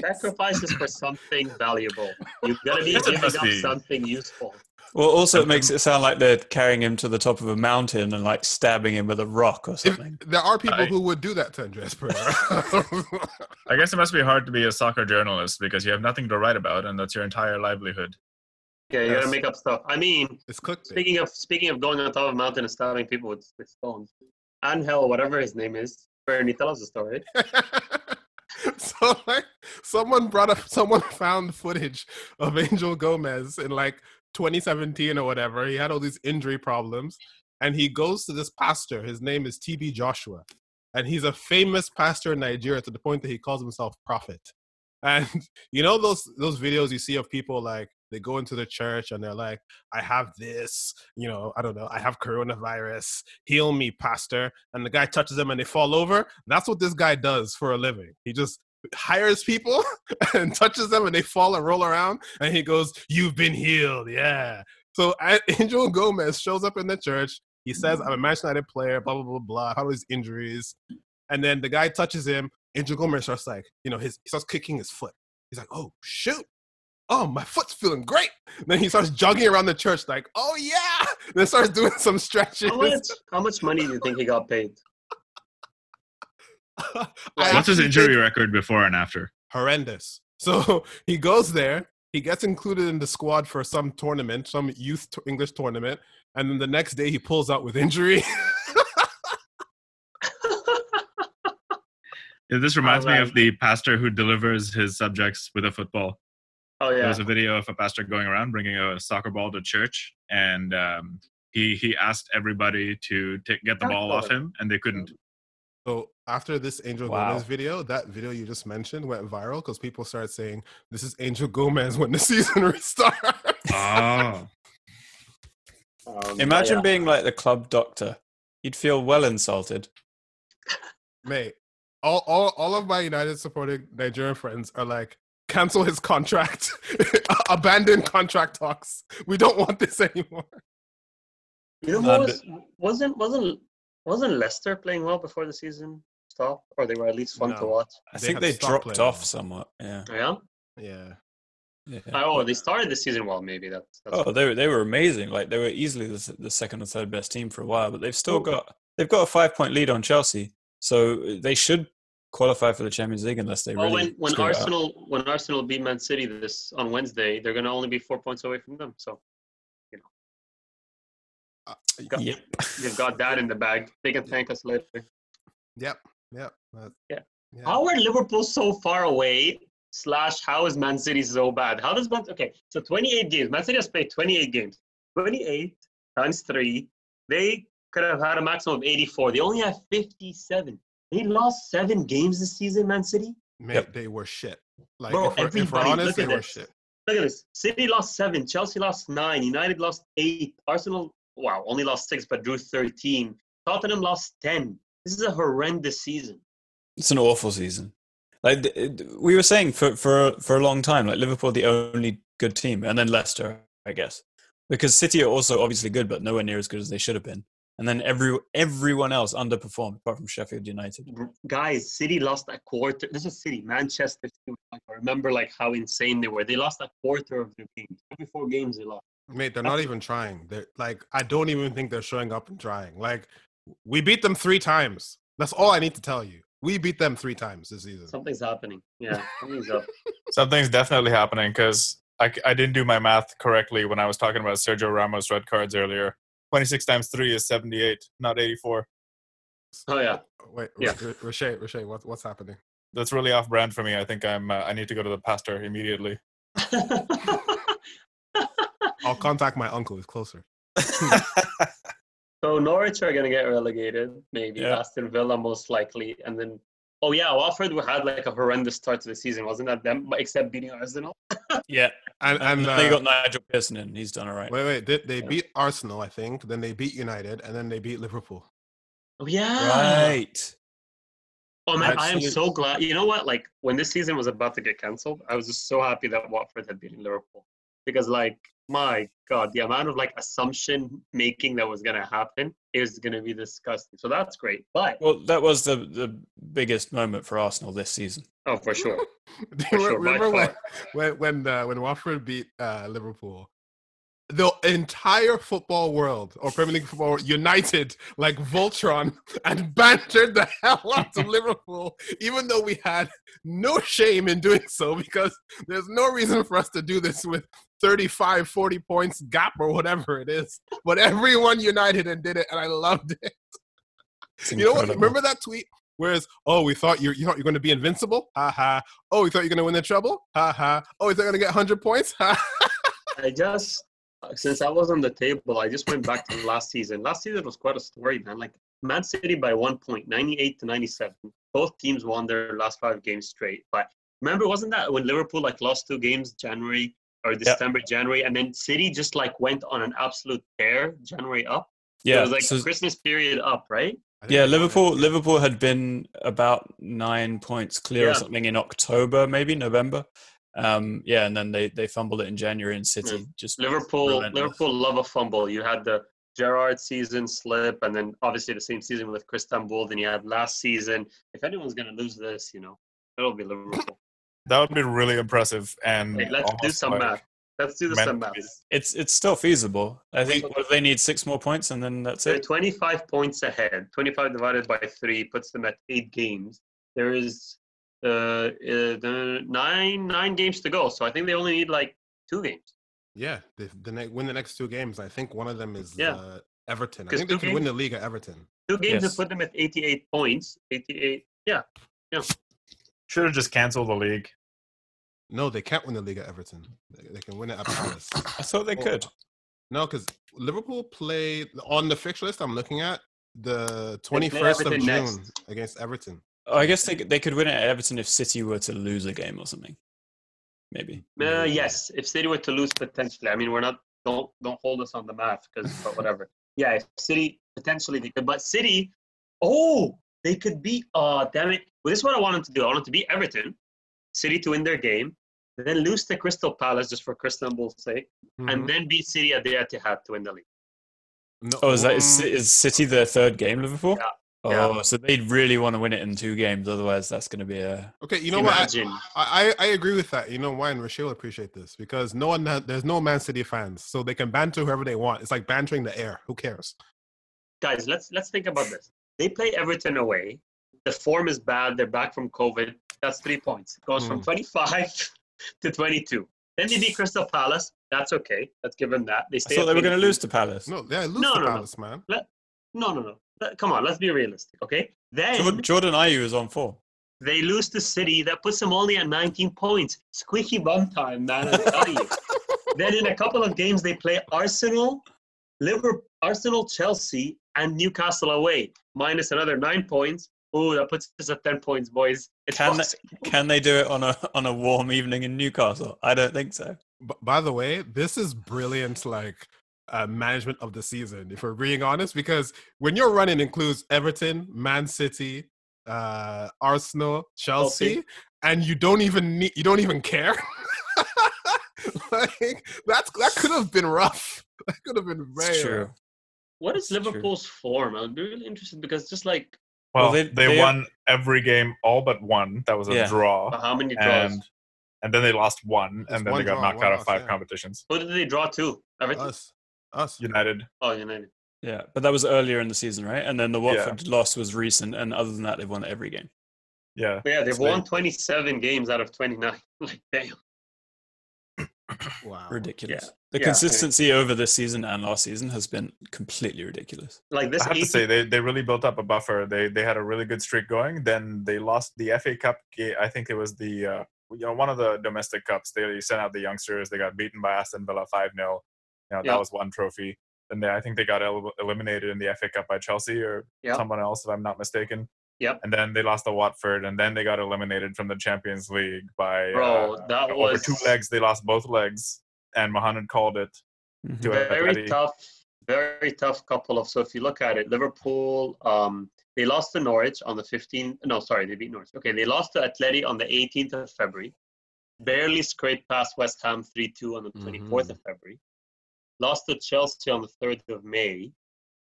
Speaker 1: Sacrifices for something valuable. You've got to be
Speaker 5: That's
Speaker 1: giving up
Speaker 5: interesting.
Speaker 1: something useful.
Speaker 2: Well, also it
Speaker 5: Um,
Speaker 2: makes it sound like they're carrying him to the top of a mountain and like stabbing him with a rock or
Speaker 3: If,
Speaker 2: something.
Speaker 3: there are people
Speaker 5: I-
Speaker 3: who would do that to Andreas Pereira.
Speaker 5: I guess it must be hard to be a soccer journalist because you have nothing to write about and that's your entire livelihood.
Speaker 1: Yeah, you got to
Speaker 3: Yes.
Speaker 1: make up stuff. I mean,
Speaker 3: it's clickbait.
Speaker 1: Speaking of speaking of going on top of a mountain and stabbing people with, with stones, Angel, whatever his name is, Bernie, tell us the story.
Speaker 3: so like someone brought up someone found footage of Angel Gomez in like 2017 or whatever. He had all these injury problems and he goes to this pastor. His name is TB Joshua. And he's a famous pastor in Nigeria to the point that he calls himself prophet. And you know those those videos you see of people like they go into the church and they're like, I have this, you know, I don't know, I have coronavirus, heal me, pastor. And the guy touches them and they fall over. That's what this guy does for a living. He just hires people and touches them and they fall and roll around. And he goes, You've been healed. Yeah. So I- Angel Gomez shows up in the church. He says, I'm a Manchester United player, blah, blah, blah, blah. How these injuries? And then the guy touches him. Angel Gomez starts like, you know, his, he starts kicking his foot. He's like, Oh, shoot. Oh, my foot's feeling great. Then he starts jogging around the church, like, oh yeah. Then starts doing some stretches.
Speaker 1: How much how much money do you think he got paid?
Speaker 3: I
Speaker 5: What's his
Speaker 3: actually
Speaker 5: injury
Speaker 3: think-
Speaker 5: record before and after?
Speaker 3: horrendous. So he goes there. He gets included in the squad for some tournament, some youth t- English tournament, and then the next day he pulls out with injury.
Speaker 5: This reminds me
Speaker 1: Alright.
Speaker 5: of the pastor who delivers his subjects with a football.
Speaker 1: Oh
Speaker 5: There
Speaker 1: yeah.
Speaker 5: was a video of a pastor going around bringing a soccer ball to church, and um, he he asked everybody to take, get the ball off him, and they couldn't.
Speaker 3: so after this Angel
Speaker 2: Wow.
Speaker 3: Gomez video, that video you just mentioned went viral because people started saying this is Angel Gomez when the season restarts.
Speaker 5: Oh,
Speaker 4: Ah.
Speaker 1: Um,
Speaker 2: Imagine
Speaker 1: yeah.
Speaker 2: being like the club doctor. You'd feel well insulted.
Speaker 3: Mate, all, all, all of my United supporting Nigerian friends are like, cancel his contract, abandon contract talks. We don't want this anymore.
Speaker 1: You know what
Speaker 2: Um,
Speaker 1: was, wasn't wasn't wasn't Leicester playing well before the season stopped, or they were at least fun to
Speaker 3: No.
Speaker 1: watch.
Speaker 2: I
Speaker 3: They
Speaker 2: think
Speaker 3: had
Speaker 2: they
Speaker 3: stopped
Speaker 2: dropped
Speaker 3: playing
Speaker 2: off
Speaker 3: now.
Speaker 2: somewhat. Yeah.
Speaker 1: Yeah.
Speaker 3: Yeah.
Speaker 2: yeah.
Speaker 1: Oh, they started the season well. Maybe that's. that's
Speaker 2: Oh, they were, they were amazing. Like they were easily the, s- the second or third best team for a while, but they've still got they've got a five point lead on Chelsea, so they should qualify for the Champions League unless they
Speaker 1: Well,
Speaker 2: really.
Speaker 1: Oh, when, when
Speaker 2: screw it up.
Speaker 1: Arsenal when Arsenal beat Man City this on Wednesday, they're going to only be four points away from them. So got-
Speaker 2: Uh, Yep.
Speaker 1: they've got that in the bag. They can thank us later.
Speaker 3: Yep. Yep. that-
Speaker 1: Yeah.
Speaker 3: yeah.
Speaker 1: How are Liverpool so far away? Slash, how is Man City so bad? How does Man? Okay, so 28 games. Man City has played 28 games. 28 times three. They could have had a maximum of 84. They only have 57. They lost seven games this season. Man City.
Speaker 3: Mate,
Speaker 2: Yep.
Speaker 3: they were shit. Like
Speaker 1: Bro,
Speaker 3: if, we're, if we're
Speaker 1: everybody,
Speaker 3: honest,
Speaker 1: look
Speaker 3: they
Speaker 1: at
Speaker 3: were
Speaker 1: this.
Speaker 3: shit.
Speaker 1: Look at this. City lost seven. Chelsea lost nine. United lost eight. Arsenal, wow, only lost six, but drew 13. Tottenham lost 10. This is a horrendous season.
Speaker 2: It's an awful season. Like th- it- we were saying for for for a long time, like Liverpool the only good team, and then Leicester, I guess, because City are also obviously good, but nowhere near as good as they should have been. And then every everyone else underperformed apart from Sheffield United.
Speaker 1: Br- Guys, City lost a quarter. This is City. Manchester City. Like, I remember like how insane they were. They lost a quarter of their games. Every four games they lost.
Speaker 3: Mate, they're not even trying. They're like, I don't even think they're showing up and trying. Like, we beat them three times. That's all I need to tell you. We beat them three times this season.
Speaker 1: Something's happening. Yeah, something's up.
Speaker 4: Something's definitely happening because I, c- I didn't do my math correctly when I was talking about Sergio Ramos red cards earlier. 26 times 3 is 78, not 84.
Speaker 1: Oh yeah.
Speaker 3: Wait,
Speaker 1: Yeah.
Speaker 3: yeah. Rashay, Rashay, what, what's happening?
Speaker 4: That's really off brand for me. I think I'm uh, I need to go to the pastor immediately.
Speaker 3: I'll contact my uncle. He's closer.
Speaker 1: so Norwich are gonna get relegated. Maybe
Speaker 2: Yeah.
Speaker 1: Aston Villa most likely, and then. Oh yeah, Watford had like a horrendous start to the season, wasn't that them? Except beating Arsenal.
Speaker 2: Yeah,
Speaker 3: And,
Speaker 2: and
Speaker 3: and uh,
Speaker 2: they got Nigel Pearson in. He's done all right.
Speaker 3: wait, wait. They, they beat Arsenal, I think. Then they beat United, and then they beat Liverpool.
Speaker 1: Oh yeah.
Speaker 2: Right.
Speaker 1: Oh man, I am
Speaker 2: Absolutely.
Speaker 1: so glad. You know what? Like when this season was about to get cancelled, I was just so happy that Watford had beaten Liverpool because, like, my God, the amount of like assumption making that was gonna happen is gonna be disgusting. So that's great. But
Speaker 2: Well, that was the the biggest moment for Arsenal this season.
Speaker 1: oh, for sure.
Speaker 3: Do
Speaker 1: For
Speaker 3: you
Speaker 1: sure, by
Speaker 3: remember when
Speaker 1: far.
Speaker 3: when when, uh, when Watford beat uh, Liverpool? The entire football world or Premier League football world, united like Voltron and bantered the hell out of Liverpool, even though we had no shame in doing so because there's no reason for us to do this with 35, 40 points gap or whatever it is. But everyone united and did it, and I loved it.
Speaker 2: It's
Speaker 3: You know what?
Speaker 2: incredible.
Speaker 3: Remember that tweet? Whereas, oh, we thought you you thought you're going to be invincible, ha ha. Oh, we thought you're going to win the trouble, ha ha. Oh, we thought you're going to get hundred points, ha.
Speaker 1: I just since I was on the table, I just went back to last season. Last season was quite a story, man. Like Man City by one point, 98 to 97. Both teams won their last five games straight. But remember, wasn't that when Liverpool like lost two games January or December, January, and then City just like went on an absolute tear January up?
Speaker 2: Yeah.
Speaker 1: It was like
Speaker 2: so-
Speaker 1: Christmas period up, right?
Speaker 2: yeah, Liverpool. Liverpool had been about nine points clear
Speaker 1: Yeah.
Speaker 2: or something in October, maybe November. Um, yeah, and then they, they fumbled it in January in City. Just
Speaker 1: Hmm. Liverpool,
Speaker 2: relentless.
Speaker 1: Liverpool love a fumble. You had the Gerard season slip, and then obviously the same season with Chris Then you had last season. If anyone's going to lose this, you know, it'll be Liverpool.
Speaker 4: That would be really impressive
Speaker 5: Mm,
Speaker 4: and
Speaker 1: Hey, let's do
Speaker 4: almost
Speaker 1: some
Speaker 4: like-
Speaker 1: math. Let's do the some math.
Speaker 4: mentally-
Speaker 2: It's it's still feasible. I think what, they need six more points, and then that's
Speaker 1: They're
Speaker 2: it.
Speaker 1: 25 points ahead. 25 divided by 3 puts them at 8 games. There is uh, uh, the 9 9 games to go. So I think they only need like 2 games.
Speaker 3: Yeah, they, the ne- win the next two games. I think one of them is
Speaker 1: Yeah.
Speaker 3: uh, Everton. I
Speaker 1: 'Cause
Speaker 3: think they
Speaker 1: two
Speaker 3: can win the league at Everton.
Speaker 1: 2 games
Speaker 2: Yes.
Speaker 1: to put them at 88 points. 88 Yeah.
Speaker 4: Should have just canceled the league.
Speaker 3: No, they can't win the league at Everton. They, they can win it at Palace.
Speaker 2: I thought they
Speaker 3: Oh,
Speaker 2: could.
Speaker 3: No, because Liverpool played on the fixture list I'm looking at the
Speaker 1: play
Speaker 3: 21st of
Speaker 1: Everton
Speaker 3: June
Speaker 1: next.
Speaker 3: against Everton.
Speaker 2: Oh, I guess they could- they could win it at Everton if City were to lose a game or something. Maybe.
Speaker 1: Uh,
Speaker 3: Mm.
Speaker 1: yes, if City were to lose potentially, I mean, we're not don't don't hold us on the math because but whatever. Yeah, if City potentially they could, but City, oh, they could be. Oh, damn it! Well, this is what I wanted to do. I wanted to beat Everton, City to win their game, then lose to Crystal Palace just for Crystal Bull's sake,
Speaker 3: Mhm.
Speaker 1: and then beat City at the Etihad to win the league.
Speaker 3: No,
Speaker 2: Oh, is that is,
Speaker 3: mm,
Speaker 2: Ci- is City their third game? Liverpool.
Speaker 1: Yeah.
Speaker 2: Oh, so they really want to win it in two games. Otherwise, that's going to be a
Speaker 3: Okay, you know what? I-
Speaker 1: Imagine.
Speaker 3: I, I I agree with that. You know why? And Rashid will appreciate this because no one, there's no Man City fans, so they can banter whoever they want. It's like bantering the air. Who cares?
Speaker 1: guys, let's let's think about this. They play Everton away. The form is bad. They're back from COVID. That's three points. It goes
Speaker 2: Hmm.
Speaker 1: from 25 to 22. Then they beat Crystal Palace. That's okay. Let's give them that. They
Speaker 2: I
Speaker 1: stay.
Speaker 2: thought
Speaker 1: at
Speaker 2: they were going to
Speaker 1: 22.
Speaker 2: lose to Palace.
Speaker 3: No, yeah, lose
Speaker 1: No,
Speaker 3: to
Speaker 1: no, no.
Speaker 3: Palace, man.
Speaker 1: No, no, no. Let- Come on, let's be realistic, okay? Then
Speaker 2: Jordan, Jordan Ayew is on four.
Speaker 1: they lose to City. That puts them only at 19 points. Squeaky bum time, man. I tell you. then in a couple of games they play Arsenal, Liverpool, Arsenal, Chelsea, and Newcastle away, minus another nine points. Ooh, that puts us at 10 points, boys. It's
Speaker 2: Can
Speaker 1: boxing.
Speaker 2: Can they do it on a on a warm evening in Newcastle? I don't think so.
Speaker 3: B- by the way, this is brilliant, like uh, management of the season, if we're being honest, because when your running includes Everton, Man City, uh, Arsenal, Chelsea,
Speaker 1: Chelsea.
Speaker 3: and you don't even need, you don't even care. like that's that could have been rough. That could have been
Speaker 2: It's
Speaker 3: very
Speaker 2: true.
Speaker 3: rough.
Speaker 1: What is
Speaker 2: It's true.
Speaker 1: Liverpool's form? I'd be really interested because just like
Speaker 2: Well,
Speaker 5: Well,
Speaker 2: they-
Speaker 5: they,
Speaker 2: they-
Speaker 5: won every game, all but one. That was a
Speaker 2: Yeah.
Speaker 5: draw,
Speaker 1: how many Ah, draws?
Speaker 5: and and then they lost one,
Speaker 3: Just
Speaker 5: and then
Speaker 3: one
Speaker 5: they got
Speaker 3: draw,
Speaker 5: knocked
Speaker 3: one
Speaker 5: out of
Speaker 3: loss,
Speaker 5: five
Speaker 3: yeah.
Speaker 5: competitions.
Speaker 1: Who did they draw to? Everton?
Speaker 3: Us, us.
Speaker 5: United.
Speaker 1: Oh, United.
Speaker 2: Yeah, but that was earlier in the season, right? And then the Watford loss was recent, and other than that, they've won every game.
Speaker 5: Yeah.
Speaker 1: But yeah, they've
Speaker 5: So they-
Speaker 1: won 27 games out of 29. like, damn.
Speaker 3: Wow.
Speaker 2: Ridiculous.
Speaker 1: Oh, Yeah.
Speaker 2: The
Speaker 1: Yeah.
Speaker 2: consistency over this season and last season has been completely ridiculous.
Speaker 1: Like this
Speaker 5: I have
Speaker 1: 80
Speaker 5: to say they, they really built up a buffer. They they had a really good streak going. Then they lost the FA Cup. ga- I think it was the uh, you know one of the domestic cups. They sent out the youngsters. They got beaten by Aston Villa five 0 You know
Speaker 1: Yeah.
Speaker 5: that was one trophy. And they, I think they got el- eliminated in the FA Cup by Chelsea or
Speaker 1: Yeah.
Speaker 5: someone else, if I'm not mistaken.
Speaker 1: Yep.
Speaker 5: And then they lost to Watford, and then they got eliminated from the Champions League by
Speaker 1: Bro,
Speaker 5: uh,
Speaker 1: that
Speaker 5: over
Speaker 1: was-
Speaker 5: two legs. They lost both legs, and Mohamed called it.
Speaker 2: Mm-hmm.
Speaker 5: to
Speaker 1: very
Speaker 5: Atleti.
Speaker 1: tough, very tough couple of. So if you look at it, Liverpool, um, they lost to Norwich on the 15th. No, sorry, they beat Norwich. Okay, they lost to Atleti on the 18th of February. Barely scraped past West Ham 3-2 on the 24th of February. Lost to Chelsea on the 3rd of May.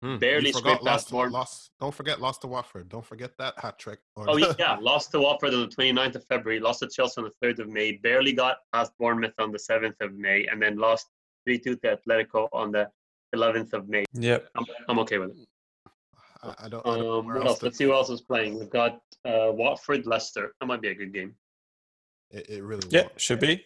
Speaker 3: Hmm, you
Speaker 1: barely
Speaker 3: forgot
Speaker 1: scraped
Speaker 3: lost,
Speaker 1: past Bournemouth.
Speaker 3: lost. Don't forget lost to Watford. Don't forget that hat trick. Or-
Speaker 1: Oh yeah, yeah, lost to Watford on the 29th of February. Lost to Chelsea on the 3rd of May. Barely got past Bournemouth on the 7th of May, and then lost 3-2 to Atletico on the 11th of May.
Speaker 2: Yep.
Speaker 1: I'm, I'm okay with it.
Speaker 3: I, I don't. I don't know
Speaker 1: Um,
Speaker 3: where
Speaker 1: what
Speaker 3: else
Speaker 1: else?
Speaker 3: to-
Speaker 1: Let's see who else is playing. We've got uh, Watford, Leicester. That might be a good game.
Speaker 3: It, it really.
Speaker 2: Yeah,
Speaker 3: won't.
Speaker 2: should be.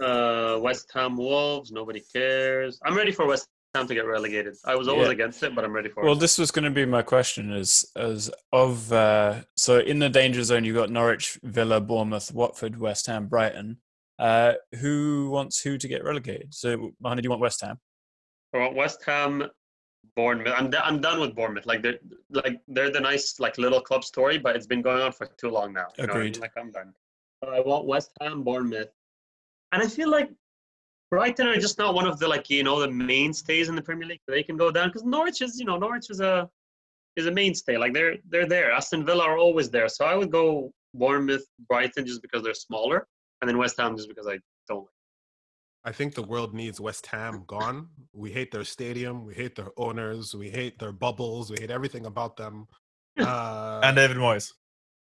Speaker 1: Uh, West Ham Wolves. Nobody cares. I'm ready for West Ham to get relegated. I was always
Speaker 2: Yeah.
Speaker 1: against it, but I'm ready for
Speaker 2: Well,
Speaker 1: it.
Speaker 2: this was going to be my question: is as of uh, so in the danger zone, you've got Norwich, Villa, Bournemouth, Watford, West Ham, Brighton. Uh, who wants who to get relegated? So, Mohamed, do you want West Ham?
Speaker 1: Well, West Ham, Bournemouth. I'm, do- I'm done with Bournemouth. Like they're like they're the nice like little club story, but it's been going on for too long now. You know what I mean?
Speaker 2: Agreed.
Speaker 1: Like I'm done. So I want West Ham, Bournemouth, and I feel like Brighton are just not one of the like you know the mainstays in the Premier League. They can go down because Norwich is you know Norwich is a is a mainstay. Like they're they're there. Aston Villa are always there. So I would go Bournemouth, Brighton just because they're smaller, and then West Ham just because I don't. like
Speaker 3: I think the world needs West Ham gone. We hate their stadium. We hate their owners. We hate their bubbles. We hate everything about them. Uh,
Speaker 5: And David Moyes.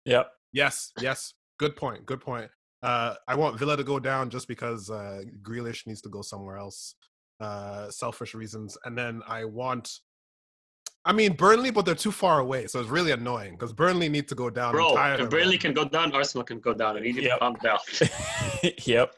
Speaker 2: Yep.
Speaker 3: yes, yes, good point. Good point. Uh, I want Villa to go down just because uh, Grealish needs to go somewhere else. Uh, selfish reasons, and then I want. I mean Burnley, but they're too far away, so it's really annoying because Burnley need to go down. I'm
Speaker 1: Bro,
Speaker 3: tired
Speaker 1: if
Speaker 3: of
Speaker 1: Burnley
Speaker 3: them.
Speaker 1: can go down, Arsenal can go down. I need you
Speaker 2: Yep.
Speaker 1: to calm down.
Speaker 2: yep.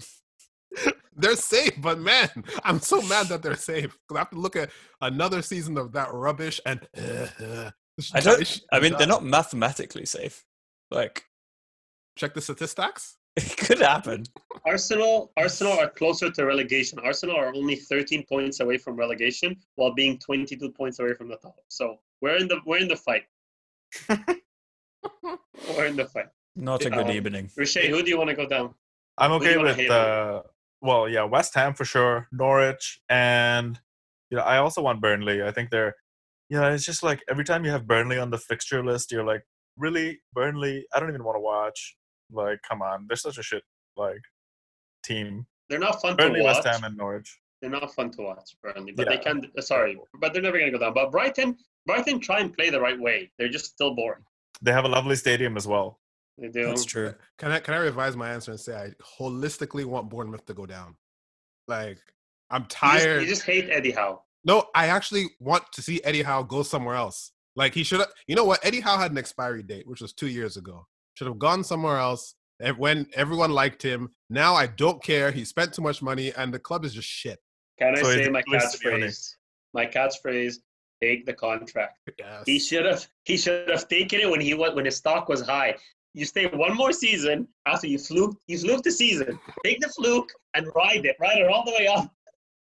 Speaker 3: They're safe, but man, I'm so mad that they're safe. 'Cause I have to look at another season of that rubbish and
Speaker 2: I don't. I mean, they're not mathematically safe. Like
Speaker 3: check the statistics.
Speaker 2: it could happen.
Speaker 1: Arsenal, Arsenal are closer to relegation. Arsenal are only 13 points away from relegation, while being 22 points away from the top. So we're in the we're in the fight. we're in the fight.
Speaker 2: Not a good
Speaker 1: Um,
Speaker 2: evening.
Speaker 1: Rishi, who do you want to go down?
Speaker 5: I'm
Speaker 1: Who do
Speaker 5: okay
Speaker 1: you wanna
Speaker 5: with
Speaker 1: hate
Speaker 5: uh, well, yeah, West Ham for sure, Norwich, and you know, I also want Burnley. I think they're, you know, it's just like every time you have Burnley on the fixture list, you're like, really, Burnley? I don't even want to watch. Like, come on, they're such a shit like team.
Speaker 1: They're not fun
Speaker 5: Burnley,
Speaker 1: to watch.
Speaker 5: West Ham, and Norwich.
Speaker 1: they're not fun to watch, Burnley. But they
Speaker 5: Yeah.
Speaker 1: can. uh, Sorry, but they're never going to go down. But Brighton, Brighton try and play the right way. They're just still boring.
Speaker 5: They have a lovely stadium as well.
Speaker 1: They do.
Speaker 2: That's true.
Speaker 3: Can I can I revise my answer and say I holistically want Bournemouth to go down? Like I'm
Speaker 1: You just-
Speaker 3: tired.
Speaker 1: you just hate Eddie Howe.
Speaker 3: No, I actually want to see Eddie Howe go somewhere else. Like he should have. You know what? Eddie Howe had an expiry date, which was two years ago. Should have gone somewhere else. ev- When everyone liked him, now I don't care. He spent too much money, and the club is just shit.
Speaker 1: Can I
Speaker 4: So
Speaker 1: say
Speaker 4: it's
Speaker 1: my
Speaker 4: always to be
Speaker 1: catchphrase? My catchphrase: Take the contract.
Speaker 3: Yes.
Speaker 1: He should have. He should have taken it when he was when his stock was high. You stay one more season after you fluke. You fluke the season. Take the fluke and ride it. Ride it all the way up.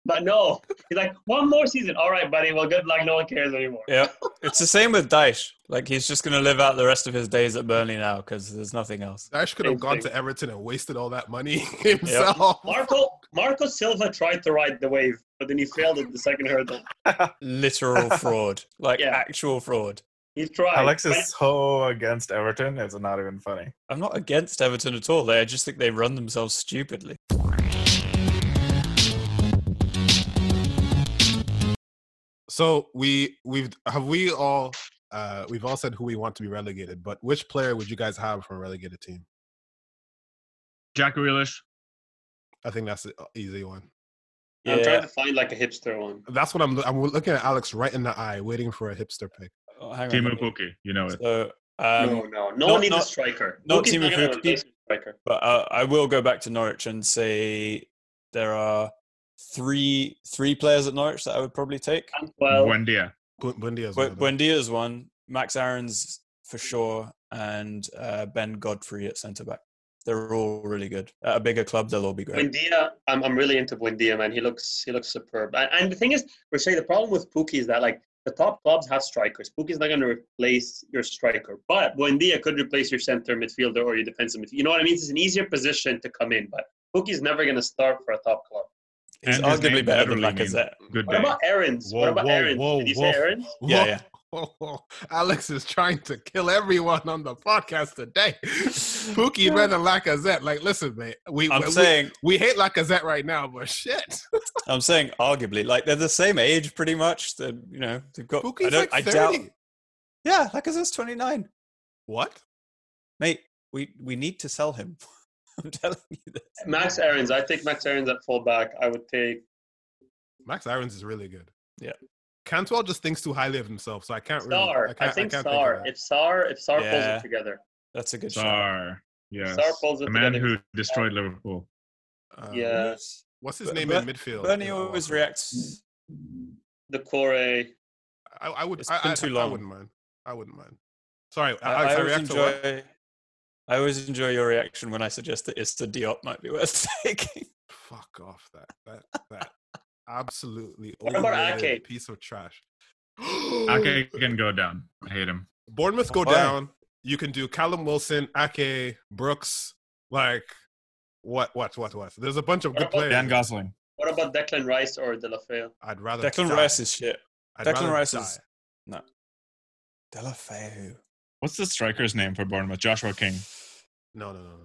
Speaker 1: But no, he's like one more season. All right, buddy. Well, good luck. No one cares anymore.
Speaker 2: Yeah, it's the same with Daesh. Like he's just going to live out the rest of his days at Burnley now because there's nothing else.
Speaker 3: Dash could have
Speaker 1: Same
Speaker 3: gone
Speaker 1: thing.
Speaker 3: to Everton and wasted all that money himself.
Speaker 1: Marco Marco Silva tried to ride the wave, but then he failed at the second hurdle.
Speaker 2: Literal fraud, like
Speaker 1: Yeah.
Speaker 2: actual fraud.
Speaker 1: He tried.
Speaker 4: Alex
Speaker 1: but-
Speaker 4: is so against Everton. It's not even funny.
Speaker 2: I'm not against Everton at all. They, I just think they run themselves stupidly.
Speaker 3: So we we've have we all uh we've all said who we want to be relegated, but which player would you guys have from a relegated team?
Speaker 5: Jack Grealish.
Speaker 3: I think that's the uh, easy one.
Speaker 1: I'm trying
Speaker 2: Yeah.
Speaker 1: to find like a hipster one.
Speaker 3: That's what I'm I'm looking at Alex right in the eye, waiting for a hipster pick.
Speaker 2: Oh, hang on.
Speaker 5: Timu Puki. You know it.
Speaker 2: So,
Speaker 1: no,
Speaker 2: um,
Speaker 1: no, no
Speaker 2: not-
Speaker 1: one needs
Speaker 2: not-
Speaker 1: a striker.
Speaker 2: not
Speaker 1: Wookiee's
Speaker 2: Timo
Speaker 1: not gonna
Speaker 2: Pukki.
Speaker 1: replace a striker.
Speaker 2: but uh, I will go back to Norwich and say there are three three players at Norwich that I would probably take.
Speaker 1: Well,
Speaker 5: Buendia.
Speaker 3: Bu- Buendia's
Speaker 2: Bu-
Speaker 3: one of them.
Speaker 2: Buendia's one, Max Aaron's for sure, and uh, Ben Godfrey at centre back. They're all really good. At a bigger club, they'll all be great.
Speaker 1: Buendia, I'm, I'm really into Buendia, man. He looks he looks superb. And, and the thing is, Rashay, the problem with Pookie is that like the top clubs have strikers. Pookie's not going to replace your striker, but Buendia could replace your center midfielder or your defensive midfielder. You know what I mean? It's an easier position to come in, but Pookie's never going to start for a top club.
Speaker 2: He's
Speaker 5: And his
Speaker 2: arguably
Speaker 5: name
Speaker 2: better than
Speaker 5: literally means
Speaker 2: Lacazette.
Speaker 5: Good
Speaker 1: What
Speaker 5: day.
Speaker 1: about Aaron's?
Speaker 3: Whoa,
Speaker 1: what about
Speaker 3: whoa,
Speaker 1: Aaron's?
Speaker 3: whoa,
Speaker 1: Did you
Speaker 3: whoa.
Speaker 1: say Aaron's?
Speaker 2: Yeah, yeah.
Speaker 3: Whoa, whoa. Alex is trying to kill everyone on the podcast today. Pookie better than Lacazette. Like, listen, mate, we
Speaker 2: I'm
Speaker 3: we,
Speaker 2: saying,
Speaker 3: we hate Lacazette right now, but shit.
Speaker 2: I'm saying, arguably, like they're the same age, pretty much. They're, you know, they've got. I
Speaker 3: Pookie's
Speaker 2: don't.
Speaker 3: like
Speaker 2: I
Speaker 3: 30.
Speaker 2: doubt. Yeah, Lacazette's 29.
Speaker 3: What?
Speaker 2: Mate, we we need to sell him. I'm telling you this.
Speaker 1: Max Aaron's. I take Max Aaron's at fullback. I would take
Speaker 3: Max Irons is really good.
Speaker 2: Yeah.
Speaker 3: Cantwell just thinks too highly of himself, so I can't really.
Speaker 1: Sar. I,
Speaker 3: can't,
Speaker 1: think
Speaker 3: can't think of
Speaker 1: Sar.
Speaker 3: that.
Speaker 1: if Sar, if Sar
Speaker 2: Yeah.
Speaker 1: pulls it together,
Speaker 2: That's a good shot.
Speaker 5: Sar. Yes.
Speaker 1: Sar pulls it
Speaker 5: The man
Speaker 1: together.
Speaker 5: who destroyed Liverpool.
Speaker 3: Uh,
Speaker 1: yeah.
Speaker 3: What's his
Speaker 2: But-
Speaker 3: name
Speaker 2: but-
Speaker 3: in midfield? Oh,
Speaker 2: Bernie
Speaker 3: Yeah,
Speaker 2: always
Speaker 3: Walker.
Speaker 2: reacts.
Speaker 1: the Corey.
Speaker 3: I, I would.
Speaker 2: It's
Speaker 3: I,
Speaker 2: been
Speaker 3: I,
Speaker 2: too
Speaker 3: I
Speaker 2: long.
Speaker 3: wouldn't mind. I wouldn't mind. Sorry,
Speaker 2: I,
Speaker 3: Alex. I,
Speaker 2: I always
Speaker 3: react to what?
Speaker 2: enjoy. I always enjoy your reaction when I suggest that Ista Diop might be worth taking.
Speaker 3: Fuck off that. That that absolutely
Speaker 1: What about
Speaker 3: overrated
Speaker 1: Ake?
Speaker 3: piece of trash.
Speaker 5: Ake can go down. I hate him.
Speaker 3: Bournemouth go
Speaker 2: Why?
Speaker 3: down. You can do Callum Wilson, Ake, Brooks, like what, what, what, what? There's a bunch of
Speaker 1: What
Speaker 3: good
Speaker 1: about
Speaker 3: players.
Speaker 5: Dan Gosling.
Speaker 1: What about Declan Rice or De La Feu?
Speaker 3: I'd rather
Speaker 2: Declan
Speaker 3: die.
Speaker 2: Rice is shit.
Speaker 3: I'd
Speaker 2: Declan
Speaker 3: rather
Speaker 2: Rice
Speaker 3: die.
Speaker 2: is no. Delafeu.
Speaker 5: What's the striker's name for Bournemouth? Joshua King.
Speaker 3: no, no, no, no, no.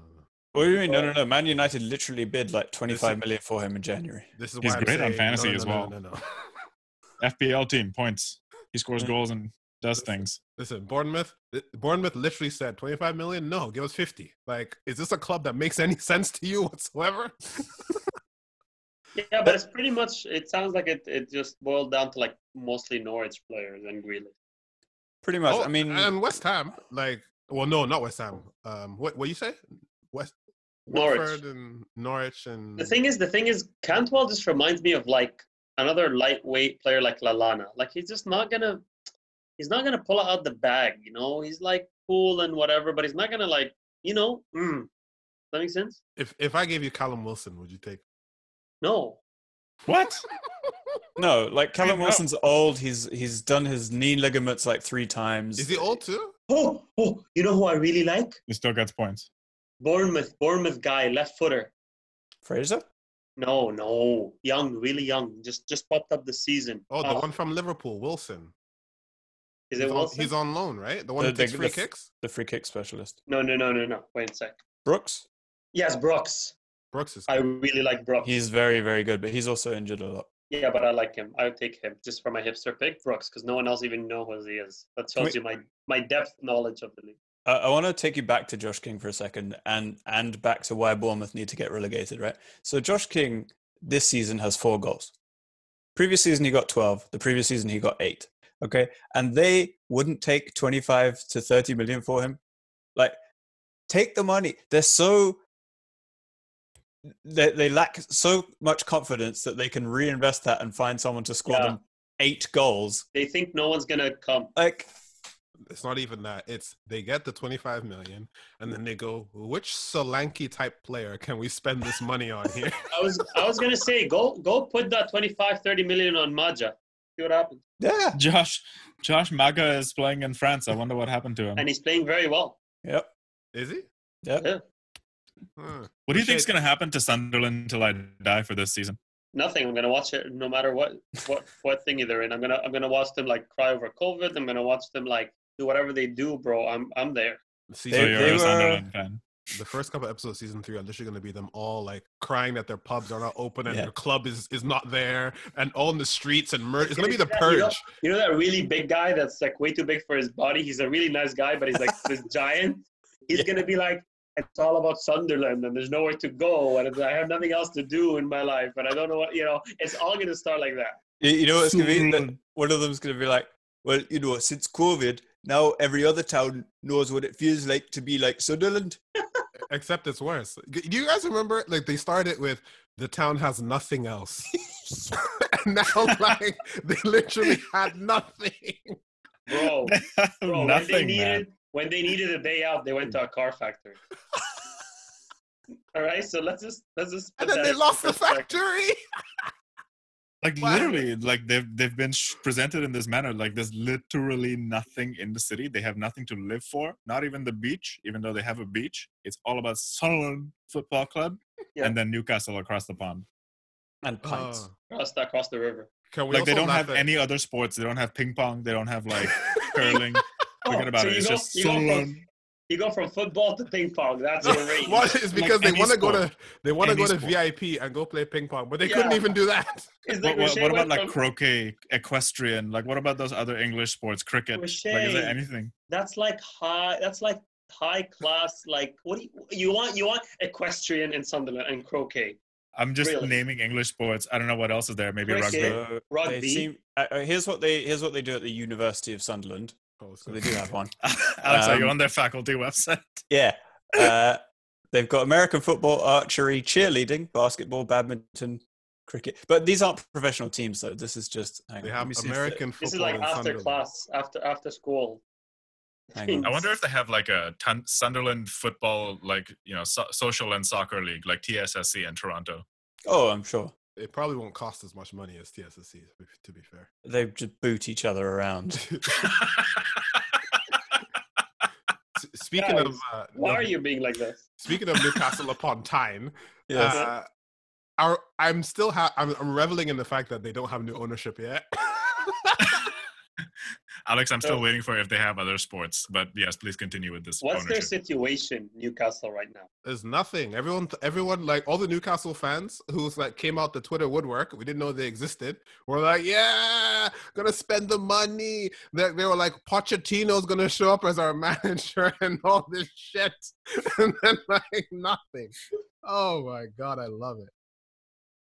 Speaker 2: What do you mean? No, no, no. Man United literally bid like
Speaker 3: Listen.
Speaker 2: 25 million for him in January.
Speaker 3: This is
Speaker 5: He's
Speaker 3: why I'm
Speaker 5: great on
Speaker 3: saying,
Speaker 5: fantasy
Speaker 3: no, no,
Speaker 5: as
Speaker 3: no,
Speaker 5: well.
Speaker 3: No, no, no.
Speaker 5: FPL team points. He scores
Speaker 2: Mm.
Speaker 5: goals and does things.
Speaker 3: Listen, Bournemouth. Bournemouth literally said 25 million. No, give us 50. Like, is this a club that makes any sense to you whatsoever?
Speaker 1: Yeah, but it's pretty much. It sounds like it. It just boiled down to like mostly Norwich players and Grealish.
Speaker 2: Pretty much.
Speaker 3: Oh,
Speaker 2: I mean,
Speaker 3: and West Ham. Like, well, no, not West Ham. Um, what what you say? West
Speaker 1: Norwich.
Speaker 3: Watford and Norwich and
Speaker 1: The thing is, the thing is, Cantwell just reminds me of like another lightweight player like Lalana. Like he's just not gonna. He's not gonna pull out the bag, you know. He's like cool and whatever, but he's not gonna like, you know. Mm. Does that make sense?
Speaker 3: If if I gave you Callum Wilson, would you take?
Speaker 1: No.
Speaker 5: What?
Speaker 2: no, like
Speaker 5: I
Speaker 2: Callum
Speaker 5: know.
Speaker 2: Wilson's old. He's he's done his knee ligaments like three times.
Speaker 3: Is he old too?
Speaker 1: Oh, oh, you know who I really like?
Speaker 5: He still gets points.
Speaker 1: Bournemouth, Bournemouth guy, left footer.
Speaker 2: Fraser?
Speaker 1: No, no, young, really young. Just just popped up this season.
Speaker 3: Oh, the
Speaker 1: Oh,
Speaker 3: one from Liverpool, Wilson.
Speaker 1: Is
Speaker 3: he's
Speaker 1: it
Speaker 3: on,
Speaker 1: Wilson?
Speaker 3: He's on loan, right? The one
Speaker 2: The-
Speaker 3: that takes
Speaker 2: the-
Speaker 3: free
Speaker 2: the-
Speaker 3: kicks.
Speaker 2: The free kick specialist.
Speaker 1: No, no, no, no, no. Wait a sec.
Speaker 2: Brooks?
Speaker 1: Yes, Brooks.
Speaker 3: Brooks is.
Speaker 1: I really like Brooks.
Speaker 2: He's very, very good, but he's also injured a lot.
Speaker 1: yeah, but I like him. I would take him just for my hipster pick, Brooks, because no one else even knows who he is. That
Speaker 2: Can
Speaker 1: shows you my my depth knowledge of the league.
Speaker 2: I, I want to take you back to Josh King for a second and and back to why Bournemouth need to get relegated, right? So Josh King this season has four goals. Previous season he got 12. The previous season he got eight. Okay, and they wouldn't take 25 to 30 million for him. Like, take the money. They're so they they lack so much confidence that they can reinvest that and find someone to score
Speaker 1: Yeah.
Speaker 2: them eight goals.
Speaker 1: They think no one's gonna come.
Speaker 2: Like,
Speaker 3: It's not even that. It's they get the 25 million and then they go, which Solanke type player can we spend this money on here?
Speaker 1: I was I was gonna say go go put that 25, 30 million on Maja. See what happens.
Speaker 2: yeah,
Speaker 5: Josh, Josh Maga is playing in France. I wonder what happened to him.
Speaker 1: And he's playing very well.
Speaker 2: yep,
Speaker 3: Is he?
Speaker 2: yep.
Speaker 1: Yeah.
Speaker 3: Huh.
Speaker 5: What do you think is going to happen to Sunderland until I die for this season?
Speaker 1: Nothing. I'm gonna watch it no matter what what what thingy they're in. I'm gonna I'm gonna watch them like cry over COVID. I'm gonna watch them like do whatever they do, bro. I'm I'm there.
Speaker 3: See,
Speaker 5: so
Speaker 2: They-
Speaker 5: you're
Speaker 2: they
Speaker 5: a
Speaker 2: were-
Speaker 5: Sunderland fan.
Speaker 3: the first couple episodes of season three are literally going to be them all like crying that their pubs are not open and
Speaker 2: Yeah.
Speaker 3: their club is is not there and all in the streets and murder. It's going to be the
Speaker 1: Yeah, you know-
Speaker 3: purge.
Speaker 1: You know that really big guy that's like way too big for his body. He's a really nice guy, but he's like this giant. He's gonna be like, it's all about Sunderland, and there's nowhere to go, and I have nothing else to do in my life, and I don't know what you know. It's all gonna start like that.
Speaker 2: You, you know what's gonna be? That
Speaker 5: Soon.
Speaker 2: one of them's gonna be like, well, you know, since COVID, now every other town knows what it feels like to be like Sunderland.
Speaker 3: Except it's worse. G- Do you guys remember? Like they started with the town has nothing else, and now like they literally had nothing.
Speaker 1: Bro, bro when they
Speaker 5: Nothing, man.
Speaker 1: needed when they needed a day out, they went to a car factory. all right, so let's just let's just put
Speaker 3: And then
Speaker 1: that
Speaker 3: they
Speaker 1: into
Speaker 3: lost the
Speaker 1: perspective.
Speaker 3: factory.
Speaker 5: Like
Speaker 3: Wow.
Speaker 5: literally, like they've they've been sh- presented in this manner. Like there's literally nothing in the city. They have nothing to live for. Not even the beach, even though they have a beach. It's all about Sunderland Football Club
Speaker 1: Yeah.
Speaker 5: and then Newcastle across the pond.
Speaker 2: And pints.
Speaker 3: Uh,
Speaker 1: across the across the river.
Speaker 3: can we
Speaker 5: like they
Speaker 3: also
Speaker 5: don't
Speaker 3: laugh
Speaker 5: have
Speaker 3: at-
Speaker 5: any other sports. They don't have ping pong. They don't have like curling. Forget
Speaker 1: Oh,
Speaker 5: about
Speaker 1: so
Speaker 5: it.
Speaker 1: you
Speaker 5: It's
Speaker 1: go-
Speaker 5: just
Speaker 1: you go from-
Speaker 5: Sunderland.
Speaker 1: You go from football to ping pong. That's
Speaker 3: No,
Speaker 1: the range.
Speaker 3: well, it's because they
Speaker 5: any
Speaker 3: want to go
Speaker 5: sport.
Speaker 3: to they want to
Speaker 5: Any
Speaker 3: go to
Speaker 5: sport.
Speaker 3: VIP and go play ping pong, but they
Speaker 1: Yeah.
Speaker 3: couldn't even do that.
Speaker 1: It's
Speaker 5: What,
Speaker 1: like
Speaker 5: what,
Speaker 1: Rashay
Speaker 5: what about
Speaker 1: went
Speaker 5: like
Speaker 1: from-
Speaker 5: croquet, equestrian? Like, what about those other English sports? Cricket? Like, is there
Speaker 1: Crochet.
Speaker 5: anything?
Speaker 1: that's like high that's like high class like what do you, you want you want equestrian in sunderland and croquet
Speaker 5: I'm just
Speaker 1: Really?
Speaker 5: naming English sports. I don't know what else is there. Maybe
Speaker 1: Cricket.
Speaker 5: rugby.
Speaker 2: So
Speaker 1: Rugby.
Speaker 2: They seem, uh, uh, here's what they here's what they do at the University of Sunderland.
Speaker 3: Oh, it's
Speaker 2: So
Speaker 3: gonna
Speaker 2: they do
Speaker 3: be-
Speaker 2: have one.
Speaker 5: Alex, are you
Speaker 2: Um,
Speaker 5: on their faculty website?
Speaker 2: Yeah. Uh, they've got American football, archery, cheerleading, basketball, badminton, cricket. But these aren't professional teams, though. This is just hang
Speaker 3: They
Speaker 2: on, let
Speaker 3: have
Speaker 2: me see if
Speaker 3: American
Speaker 1: this is
Speaker 3: football.
Speaker 1: like
Speaker 3: in
Speaker 1: after
Speaker 3: Sunderland.
Speaker 1: class after after school
Speaker 2: they- hang
Speaker 5: I
Speaker 2: on.
Speaker 5: wonder if they have like a ton- Sunderland football, like you know, so- social and soccer league, like TSSC in Toronto.
Speaker 2: Oh, I'm sure
Speaker 3: It probably won't cost as much money as TSSC, to be fair.
Speaker 2: they just boot each other around.
Speaker 3: S- Speaking of,
Speaker 1: Guys,
Speaker 3: uh,
Speaker 1: why
Speaker 3: Nov-
Speaker 1: are you being like this
Speaker 3: Speaking of Newcastle upon Tyne,
Speaker 2: Yes.
Speaker 3: uh, our, I'm still ha- I'm, I'm reveling in the fact that they don't have new ownership yet.
Speaker 5: Alex, I'm still
Speaker 1: Oh.
Speaker 5: waiting for if they have other sports. But yes, please continue with this.
Speaker 1: what's their
Speaker 5: ownership.
Speaker 1: situation newcastle right now
Speaker 3: There's nothing. Everyone, everyone, like all the Newcastle fans who's like came out the Twitter woodwork. We didn't know they existed. We're like, yeah, gonna spend the money. They, they were like, Pochettino's gonna show up as our manager and all this shit, and then like nothing. Oh my god, I love it.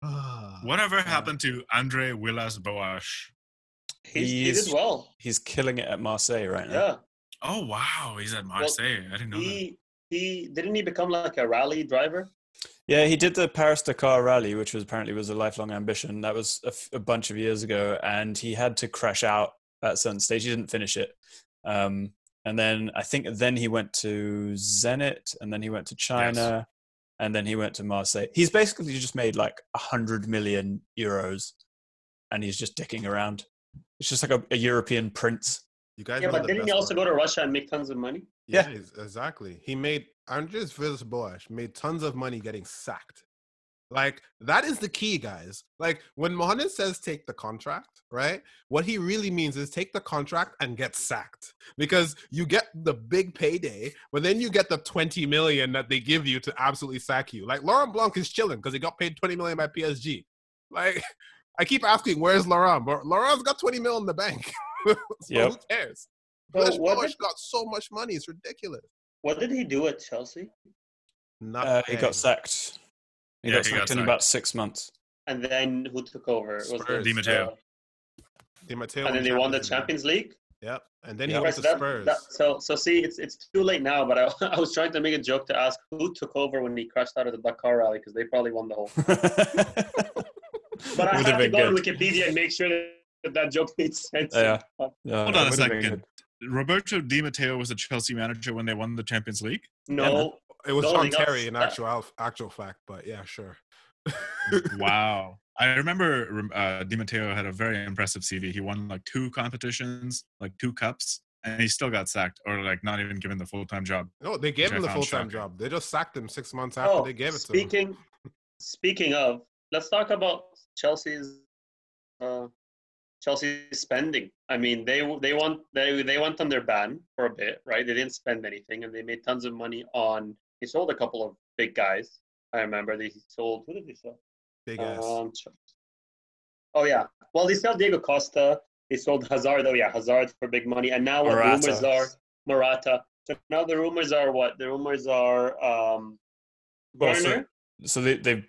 Speaker 3: Ah.
Speaker 5: Whatever
Speaker 3: Uh,
Speaker 5: happened to Andre Willas Boas?
Speaker 1: He's, he
Speaker 2: He's-
Speaker 1: did well
Speaker 2: He's killing it at Marseille right now.
Speaker 1: yeah
Speaker 5: Oh wow, he's at Marseille. I didn't know that.
Speaker 1: he he didn't he become like a rally driver
Speaker 2: Yeah, he did the Paris Dakar Rally, which was apparently was a lifelong ambition. That was a, f- a bunch of years ago, and he had to crash out at a certain stage. He didn't finish it, um, and then I think then he went to Zenit, and then he went to China, and then he went to Marseille. He's basically just made like a hundred million euros, and he's just dicking around. It's just like a, a European prince.
Speaker 3: you guys.
Speaker 1: yeah
Speaker 3: know
Speaker 1: but
Speaker 3: the
Speaker 1: didn't he
Speaker 3: best
Speaker 1: also
Speaker 3: part.
Speaker 1: go to russia and make tons of money
Speaker 2: Yeah.
Speaker 3: Yeah, ex- exactly. He made Andres Villas-Boas made tons of money getting sacked. Like that is the key, guys. Like when Mohamed says take the contract, right? What he really means is take the contract and get sacked because you get the big payday, but then you get the twenty million that they give you to absolutely sack you. Like Laurent Blanc is chilling because he got paid twenty million by PSG. Like I keep asking, where's Laurent? But Laurent's got twenty mil in the bank. so Who
Speaker 2: Yep.
Speaker 3: cares?
Speaker 1: so
Speaker 3: Flesh
Speaker 1: what
Speaker 3: Polish
Speaker 1: did,
Speaker 3: got so much money. It's ridiculous.
Speaker 1: what did he do at chelsea
Speaker 3: Not
Speaker 2: Uh, he got sacked. He
Speaker 5: Yeah,
Speaker 2: got
Speaker 5: he
Speaker 2: sacked
Speaker 5: got
Speaker 2: in
Speaker 5: sacked.
Speaker 2: about six months.
Speaker 1: and then who took over? It Was
Speaker 3: Spurs.
Speaker 1: the-
Speaker 5: Di Matteo.
Speaker 3: Di Matteo
Speaker 1: and then they won
Speaker 3: won
Speaker 1: the
Speaker 3: League.
Speaker 1: Champions League.
Speaker 3: Yep. And then
Speaker 2: Yeah.
Speaker 3: he
Speaker 1: Right,
Speaker 3: went
Speaker 1: so
Speaker 3: to
Speaker 1: that-
Speaker 3: Spurs.
Speaker 1: that- so, so see, it's it's too late now. But I, I was trying to make a joke to ask who took over when he crashed out of the Dakar rally because they probably won the whole. But I
Speaker 2: Would've
Speaker 1: have to
Speaker 2: been
Speaker 1: go to
Speaker 2: good.
Speaker 1: Wikipedia and make sure that that joke made sense. Uh,
Speaker 2: Yeah. Yeah,
Speaker 5: Hold
Speaker 2: it
Speaker 5: on a
Speaker 2: would've been
Speaker 5: second.
Speaker 2: good.
Speaker 5: Roberto Di Matteo was the Chelsea manager when they won the Champions League.
Speaker 1: No,
Speaker 3: it was
Speaker 1: no,
Speaker 3: Sean
Speaker 1: they got-
Speaker 3: Terry in actual actual fact, but yeah, sure.
Speaker 1: Mm.
Speaker 5: wow. I remember rem- uh, Di Matteo had a very impressive CV. He won like two competitions, like two cups, and he still got sacked or like not even given the full time job.
Speaker 3: No, they gave
Speaker 5: Which I
Speaker 3: him the
Speaker 5: found
Speaker 3: full time
Speaker 5: shocking.
Speaker 3: job. They just sacked him six months after
Speaker 1: Oh,
Speaker 3: they gave it to him.
Speaker 1: speaking, Speaking of, let's talk about Chelsea's uh, Chelsea's spending. I mean, they they want they they went on their ban for a bit, right? They didn't spend anything, and they made tons of money on. They sold a couple of big guys. I remember they sold. Who did they sell?
Speaker 3: Big ass.
Speaker 1: Um, Ch- oh yeah. Well, they sold Diego Costa. They sold Hazard. Oh yeah, Hazard for big money. And now what
Speaker 2: Morata.
Speaker 1: rumors are Morata. So now the rumors are what? The rumors are um,
Speaker 2: Well, so-
Speaker 1: Werner.
Speaker 2: So they they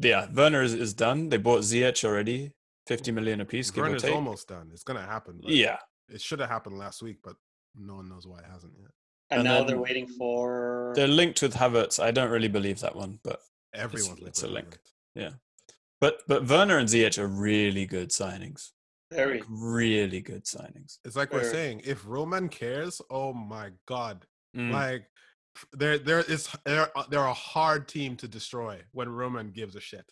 Speaker 2: yeah, Werner is, is done. They bought Ziyech already, fifty million apiece, give or
Speaker 3: Werner's
Speaker 2: take.
Speaker 3: almost done. It's gonna happen. but
Speaker 2: yeah,
Speaker 3: It should have happened last week, but no one knows why it hasn't yet.
Speaker 1: And,
Speaker 2: And
Speaker 1: now
Speaker 2: then-
Speaker 1: they're waiting for.
Speaker 2: they're linked with Havertz. I don't really believe that one, but
Speaker 3: Everyone.
Speaker 2: it's a link. but but Werner and Ziyech are really good signings.
Speaker 1: Very.
Speaker 2: Like, really good signings.
Speaker 3: It's like we're
Speaker 1: Where-
Speaker 3: saying, if Roman cares, oh my god,
Speaker 2: Mm.
Speaker 3: like there there is they're they're a hard team to destroy when Roman gives a shit.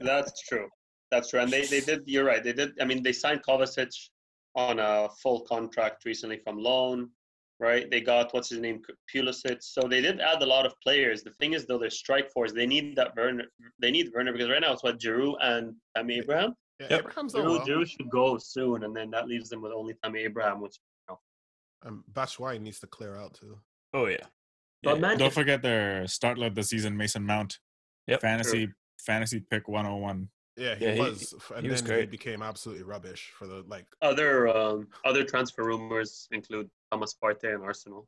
Speaker 1: That's true. That's true. And they, they did. You're right. They did. I mean, they signed Kovacic on a full contract recently from loan, right? They got what's his name, Pulisic. So they did add a lot of players. The thing is, though, their strike force they need that Werner. They need Werner because right now it's what Giroud and Tammy Abraham.
Speaker 3: Yeah,
Speaker 2: Yep.
Speaker 3: Abraham's done
Speaker 1: Giroud,
Speaker 3: well.
Speaker 1: Giroud should go soon, and then that leaves them with only Tammy Abraham, which.
Speaker 3: Um, Batshuayi needs to clear out too.
Speaker 2: Oh yeah.
Speaker 1: But
Speaker 2: Yeah,
Speaker 1: man-
Speaker 5: Don't forget their startler of the season, Mason Mount.
Speaker 2: Yep.
Speaker 5: Fantasy fantasy pick 101.
Speaker 3: Yeah, he
Speaker 2: Yeah, he-
Speaker 3: was, f- and
Speaker 2: he was
Speaker 3: then he
Speaker 2: great.
Speaker 3: became absolutely rubbish for the like.
Speaker 1: Other um, other transfer rumors include Thomas Partey and Arsenal.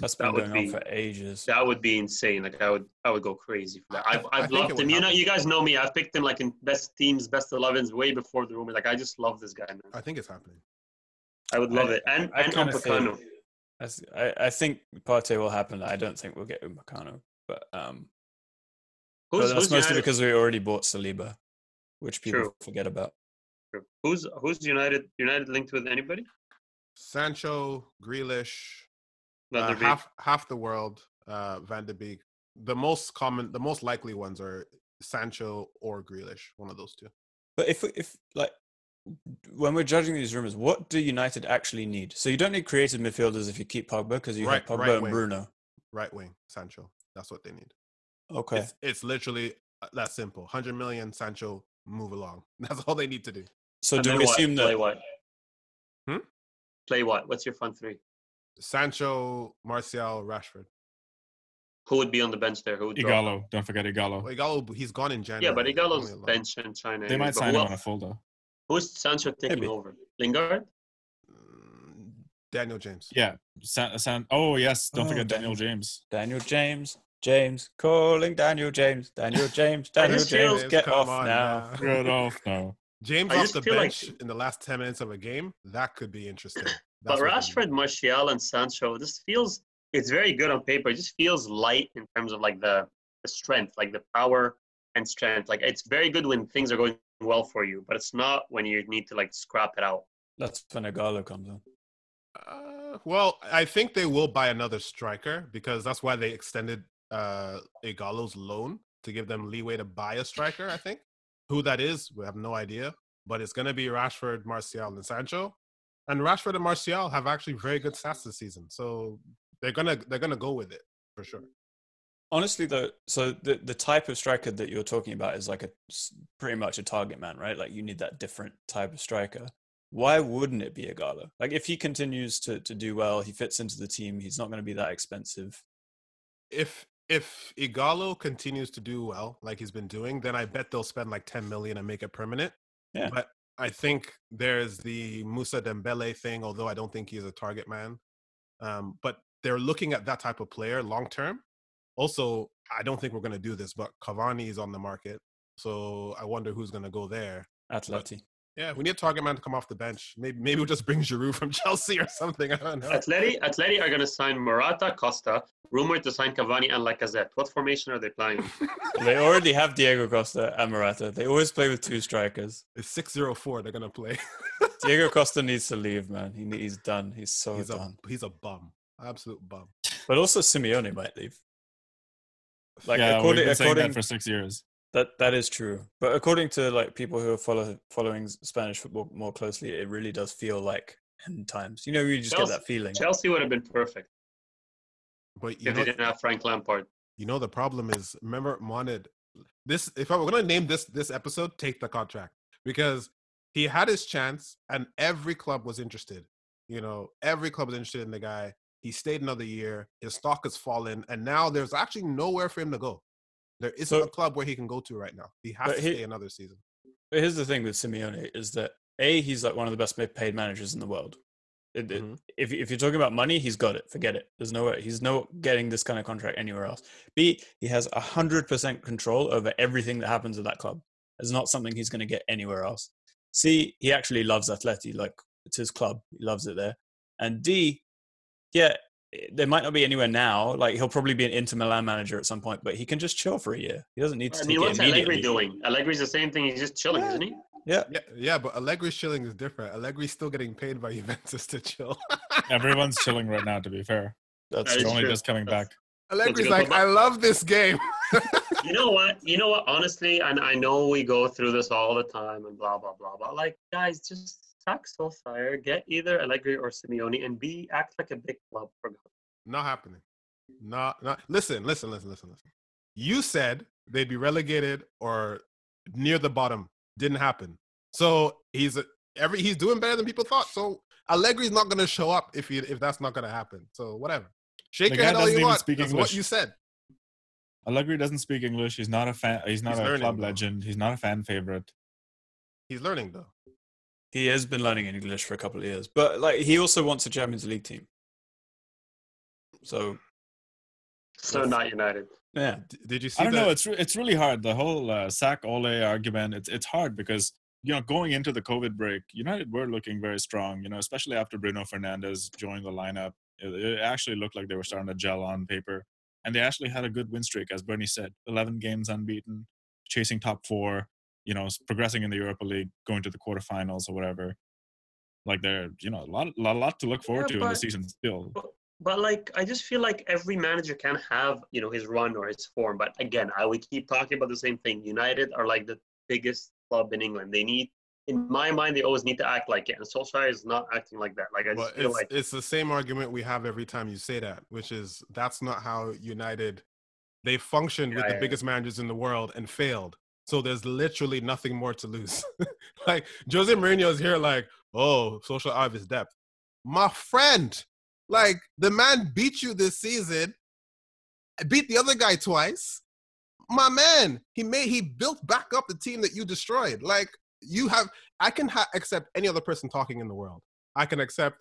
Speaker 2: that's been
Speaker 1: that would
Speaker 2: going
Speaker 1: be-
Speaker 2: on for ages.
Speaker 1: That would be insane. Like I would, I would go crazy for that.
Speaker 3: I-
Speaker 1: I've,
Speaker 3: I
Speaker 1: I've
Speaker 3: think it
Speaker 1: loved
Speaker 3: would
Speaker 1: him. You know,
Speaker 3: happen.
Speaker 1: you guys know me. I've picked him like in best teams, best elevens, way before the rumors. Like I just love this guy, man.
Speaker 3: I think it's happening.
Speaker 1: I would love it. And
Speaker 2: I
Speaker 1: and
Speaker 2: kinda
Speaker 1: Upacano.
Speaker 2: feel- That's- I, I think Partey will happen. I don't think we'll get Upamecano, but um, but
Speaker 1: Who's
Speaker 2: that's
Speaker 1: who's
Speaker 2: mostly
Speaker 1: United?
Speaker 2: because we already bought Saliba, which people
Speaker 1: True.
Speaker 2: forget about.
Speaker 1: Who's who's United? United linked with anybody?
Speaker 3: Sancho, Grealish,
Speaker 1: Another
Speaker 3: uh,
Speaker 1: big-
Speaker 3: half half the world. Uh, Van de Beek. The most common, the most likely ones are Sancho or Grealish. One of those two.
Speaker 2: But if we- if like when we're judging these rumors, what do United actually need? So you don't need creative midfielders if you keep Pogba because you
Speaker 3: Right-
Speaker 2: have Pogba
Speaker 3: right
Speaker 2: and
Speaker 3: wing.
Speaker 2: Bruno.
Speaker 3: Right wing, Sancho. That's what they need.
Speaker 2: Okay,
Speaker 3: It's it's literally uh, that simple. Hundred million, Sancho, move along. That's all they need to do.
Speaker 2: so
Speaker 1: and
Speaker 2: do
Speaker 1: then
Speaker 2: we
Speaker 1: what?
Speaker 2: assume
Speaker 1: Play
Speaker 2: that?
Speaker 1: what?
Speaker 3: Hmm?
Speaker 1: Play what? What's your front three?
Speaker 3: Sancho, Martial, Rashford.
Speaker 2: Oh.
Speaker 1: Who would be on the bench there? Who would drop?
Speaker 5: Igalo. Don't forget Igalo.
Speaker 3: Well, Igalo, he's gone in
Speaker 1: Yeah,
Speaker 3: January.
Speaker 1: but Igalo's
Speaker 3: only loan.
Speaker 1: bench in China.
Speaker 5: They
Speaker 1: anyways. But
Speaker 5: might sign
Speaker 1: who
Speaker 5: him on a
Speaker 1: else-
Speaker 5: full though.
Speaker 1: Who's Sancho taking
Speaker 2: Maybe.
Speaker 1: over? Lingard?
Speaker 3: Mm, Daniel James.
Speaker 5: Yeah. San, San, oh, yes. Don't
Speaker 2: Oh,
Speaker 5: forget
Speaker 2: Daniel.
Speaker 5: Daniel James.
Speaker 2: Daniel James, James calling Daniel James, Daniel James, Daniel
Speaker 1: just feel-
Speaker 2: James, get
Speaker 3: Come
Speaker 2: off
Speaker 3: on
Speaker 2: now.
Speaker 3: now.
Speaker 5: Rodolph, no.
Speaker 3: James
Speaker 1: I
Speaker 3: off
Speaker 1: just
Speaker 3: the
Speaker 1: feel like-
Speaker 3: bench in the last ten minutes of a game. That could be interesting.
Speaker 1: But
Speaker 3: That's what they
Speaker 1: Rashford,
Speaker 3: need.
Speaker 1: Martial, and Sancho, this feels it's very good on paper. It just feels light in terms of like the, the strength, like the power and strength. Like it's very good when things are going well for you, but it's not when you need to like scrap it out.
Speaker 2: That's when Igalo comes on.
Speaker 3: Uh, well, I think they will buy another striker because that's why they extended uh, Igalo's loan to give them leeway to buy a striker. I think who that is, we have no idea, but it's going to be Rashford, Martial, and Sancho. And Rashford and Martial have actually very good stats this season, so they're gonna they're gonna go with it for sure.
Speaker 2: Honestly, though, so the, the type of striker that you're talking about is like a s- pretty much a target man, right? Like you need that different type of striker. Why wouldn't it be Igalo? Like if he continues to to do well, he fits into the team. He's not going to be that expensive.
Speaker 3: If if Igalo continues to do well like he's been doing, then I bet they'll spend like 10 million and make it permanent.
Speaker 2: Yeah.
Speaker 3: But I think there's the Musa Dembele thing, although I don't think he's a target man. Um, but they're looking at that type of player long term. Also, I don't think we're going to do this, but Cavani is on the market. So I wonder who's going to go there.
Speaker 2: Atleti.
Speaker 3: Yeah, we need a target man to come off the bench. Maybe maybe we'll just bring Giroud from Chelsea or something. I don't know.
Speaker 1: Atleti, Atleti are going to sign Morata, Costa, rumored to sign Cavani and Lacazette. What formation are they playing?
Speaker 2: They already have Diego Costa and Morata. They always play with two strikers.
Speaker 3: It's six zero four. They're going to play.
Speaker 2: Diego Costa needs to leave, man. He, ne- he's done. He's so
Speaker 3: he's a
Speaker 2: done.
Speaker 3: he's a bum, absolute bum.
Speaker 2: But also Simeone might leave. Like
Speaker 5: yeah, we've
Speaker 2: according,
Speaker 5: been saying
Speaker 2: according
Speaker 5: that for six years.
Speaker 2: That that is true, but according to like people who are follow, following Spanish football more closely, it really does feel like end times. You know, you just
Speaker 1: Chelsea-
Speaker 2: get that feeling.
Speaker 1: Chelsea would have been perfect
Speaker 3: But you
Speaker 1: if
Speaker 3: know,
Speaker 1: they didn't have Frank Lampard.
Speaker 3: you know the problem is. Remember, wanted this. If I were going to name this this episode, take the contract because he had his chance, and every club was interested. You know, every club was interested in the guy. He stayed another year. His stock has fallen, and now there's actually nowhere for him to go. There isn't
Speaker 2: So-
Speaker 3: a club where he can go to right now. He has
Speaker 2: But
Speaker 3: to
Speaker 2: he-
Speaker 3: stay another season.
Speaker 2: But here's the thing with Simeone is that a he's like one of the best ma- paid managers in the world. It- it-
Speaker 3: Mhm.
Speaker 2: If if you're talking about money, he's got it. Forget it. There's no way he's no getting this kind of contract anywhere else. B he has hundred percent control over everything that happens at that club. It's not something he's going to get anywhere else. C he actually loves Atleti. Like it's his club. He loves it there. And D, yeah, i- there might not be anywhere now. Like he'll probably be an Inter Milan manager at some point, but he can just chill for a year. He doesn't need to
Speaker 1: I
Speaker 2: take
Speaker 1: mean,
Speaker 2: it
Speaker 1: what's Allegri
Speaker 2: immediately.
Speaker 1: doing? Allegri's the same thing. He's just chilling, isn't he?
Speaker 3: Yeah, yeah, but Allegri's chilling is different. Allegri's still getting paid by Juventus to chill.
Speaker 5: Everyone's chilling right now. To be fair,
Speaker 2: That's
Speaker 1: That
Speaker 5: it's
Speaker 1: is
Speaker 5: only
Speaker 1: true.
Speaker 5: just coming back.
Speaker 3: Allegri's
Speaker 1: good
Speaker 3: like,
Speaker 1: comeback.
Speaker 3: I love this game.
Speaker 1: You know what? You know what? Honestly, and I know we go through this all the time and blah blah blah blah. Like, guys, just sack Solskjaer, get either Allegri or Simeone, and be act like a big club for God.
Speaker 3: Not happening. Not not listen, listen, listen, listen, listen. You said they'd be relegated or near the bottom. Didn't happen. So he's a, every he's doing better than people thought. So Allegri's not gonna show up if he if that's not gonna happen. So whatever. Shake
Speaker 5: The
Speaker 3: your
Speaker 5: guy
Speaker 3: head all
Speaker 5: doesn't
Speaker 3: you
Speaker 5: even
Speaker 3: want.
Speaker 5: speak
Speaker 3: That's what
Speaker 5: English.
Speaker 3: you said.
Speaker 5: Allegri doesn't speak English. He's not a fan. He's not
Speaker 3: He's
Speaker 5: a
Speaker 3: learning,
Speaker 5: club
Speaker 3: though.
Speaker 5: legend. He's not a fan favorite.
Speaker 3: He's learning though.
Speaker 2: He has been learning English for a couple of years, but like he also wants a Champions League team. So
Speaker 1: So not United.
Speaker 2: yeah,
Speaker 3: D- did you see
Speaker 5: I don't
Speaker 3: that?
Speaker 5: know. It's re- it's really hard. The whole uh, sack Ole argument. It's it's hard because you know going into the COVID break, United were looking very strong. You know, especially after Bruno Fernandez joined the lineup, it, it actually looked like they were starting to gel on paper, and they actually had a good win streak, as Bernie said, eleven games unbeaten, chasing top four. You know, s- progressing in the Europa League, going to the quarterfinals or whatever. Like they're you know a lot a lot to look forward
Speaker 1: Yeah,
Speaker 5: to in the
Speaker 1: but-
Speaker 5: season still.
Speaker 1: But like, I just feel like every manager can have you know his run or his form. But again, I would keep talking about the same thing. United are like the biggest club in England. They need, in my mind, they always need to act like it, and Solskjaer is not acting like that. Like I just
Speaker 3: Well,
Speaker 1: feel
Speaker 3: it's,
Speaker 1: like
Speaker 3: it's the same argument we have every time you say that, which is that's not how United they functioned with
Speaker 1: Yeah,
Speaker 3: the
Speaker 1: yeah,
Speaker 3: biggest managers in the world and failed. So there's literally nothing more to lose. like Jose Mourinho is here, like, oh, social out of his depth. My friend, like the man beat you this season, beat the other guy twice. My man, he made he built back up the team that you destroyed. Like you have, I can ha- accept any other person talking in the world. I can accept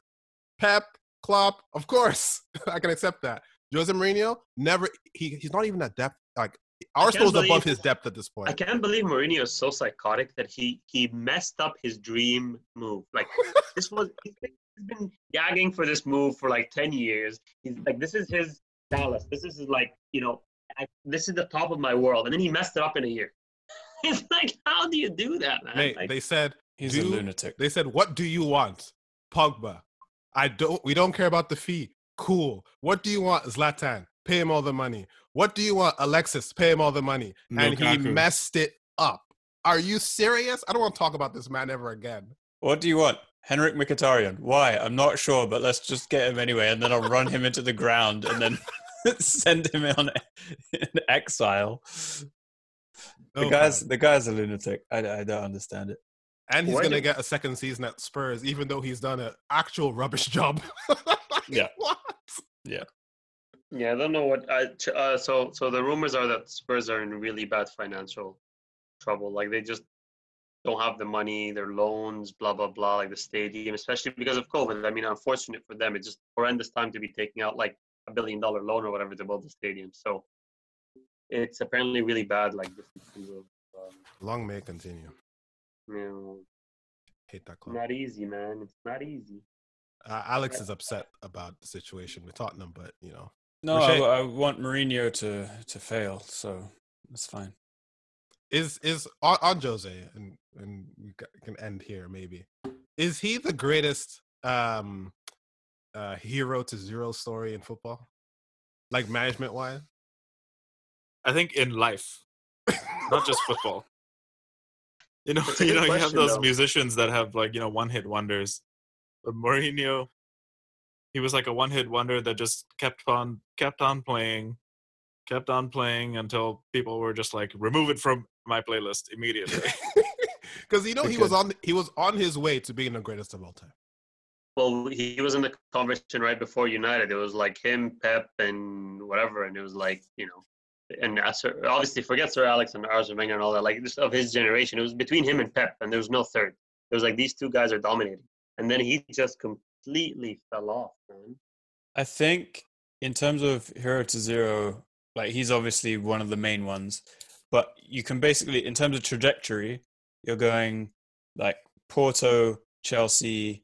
Speaker 3: Pep, Klopp, of course. I can accept that. Jose Mourinho never he, he's not even at depth. Like Arsenal's above
Speaker 1: believe-
Speaker 3: his depth at this
Speaker 1: I
Speaker 3: point.
Speaker 1: can't believe Mourinho is so psychotic that he he messed up his dream move. Like this was he's been, he's been gagging for this move for like ten years. He's like this is his Dallas. This is his, like you know I, this is the top of my world, and then he messed it up in a year. it's like how do you do that, man?
Speaker 3: Mate,
Speaker 1: Like,
Speaker 3: they said
Speaker 2: he's a
Speaker 3: Dude,
Speaker 2: lunatic.
Speaker 3: they said, What do you want? Pogba. I don't we don't care about the fee. Cool. What do you want? Zlatan. Pay him all the money. What do you want? Alexis, pay him all the money. And he
Speaker 5: Lukaku.
Speaker 3: messed it up. Are you serious? I don't want to talk about this man ever again.
Speaker 2: What do you want, Henrik Mkhitaryan? Why? I'm not sure, but let's just get him anyway, and then I'll run him into the ground and then send him on in exile. The
Speaker 3: No,
Speaker 2: guy's
Speaker 3: man.
Speaker 2: the guy's a lunatic. I, I don't understand it.
Speaker 3: and he's
Speaker 1: Why
Speaker 3: going to
Speaker 1: did-
Speaker 3: get a second season at Spurs, even though he's done an actual rubbish job. Like,
Speaker 2: Yeah.
Speaker 3: What?
Speaker 1: yeah, I don't know what. I, ch- uh, so so the rumors are that Spurs are in really bad financial trouble. Like they just don't have the money, their loans, blah blah blah, like the stadium, especially because of COVID. I mean, unfortunate for them, it's just horrendous time to be taking out like a billion dollar loan or whatever to build the stadium. So it's apparently really bad. Like this, um,
Speaker 3: Long may it continue.
Speaker 1: No,
Speaker 3: Hate that club.
Speaker 1: not easy, man. It's not easy.
Speaker 3: Uh, Alex is upset about the situation with Tottenham, but you know,
Speaker 2: No, I,
Speaker 3: Roche-
Speaker 2: I want Mourinho to to fail, so that's fine.
Speaker 3: is is on, on Jose, and and we ca- can end here maybe. Is he the greatest um uh hero to zero story in football, like management wise?
Speaker 5: I think in life, not just football. You know,
Speaker 1: That's a
Speaker 5: you
Speaker 1: good
Speaker 5: know, you have
Speaker 1: question,
Speaker 5: those
Speaker 1: though.
Speaker 5: musicians that have like you know one hit wonders, but Mourinho, he was like a one hit wonder that just kept on kept on playing, kept on playing until people were just like, remove it from my playlist immediately.
Speaker 3: Because you know he was on he was on his way to being the greatest of all time.
Speaker 1: Well, he was in the conversation right before United. It was like him, Pep, and whatever, and it was like you know, and uh, Sir, obviously forget Sir Alex and Arsene Wenger and all that. Like just of his generation, it was between him and Pep, and there was no third. It was like these two guys are dominating, and then he just completely fell off, man.
Speaker 2: I think in terms of Hero to Zero, like he's obviously one of the main ones, but you can basically, in terms of trajectory, you're going like Porto, Chelsea,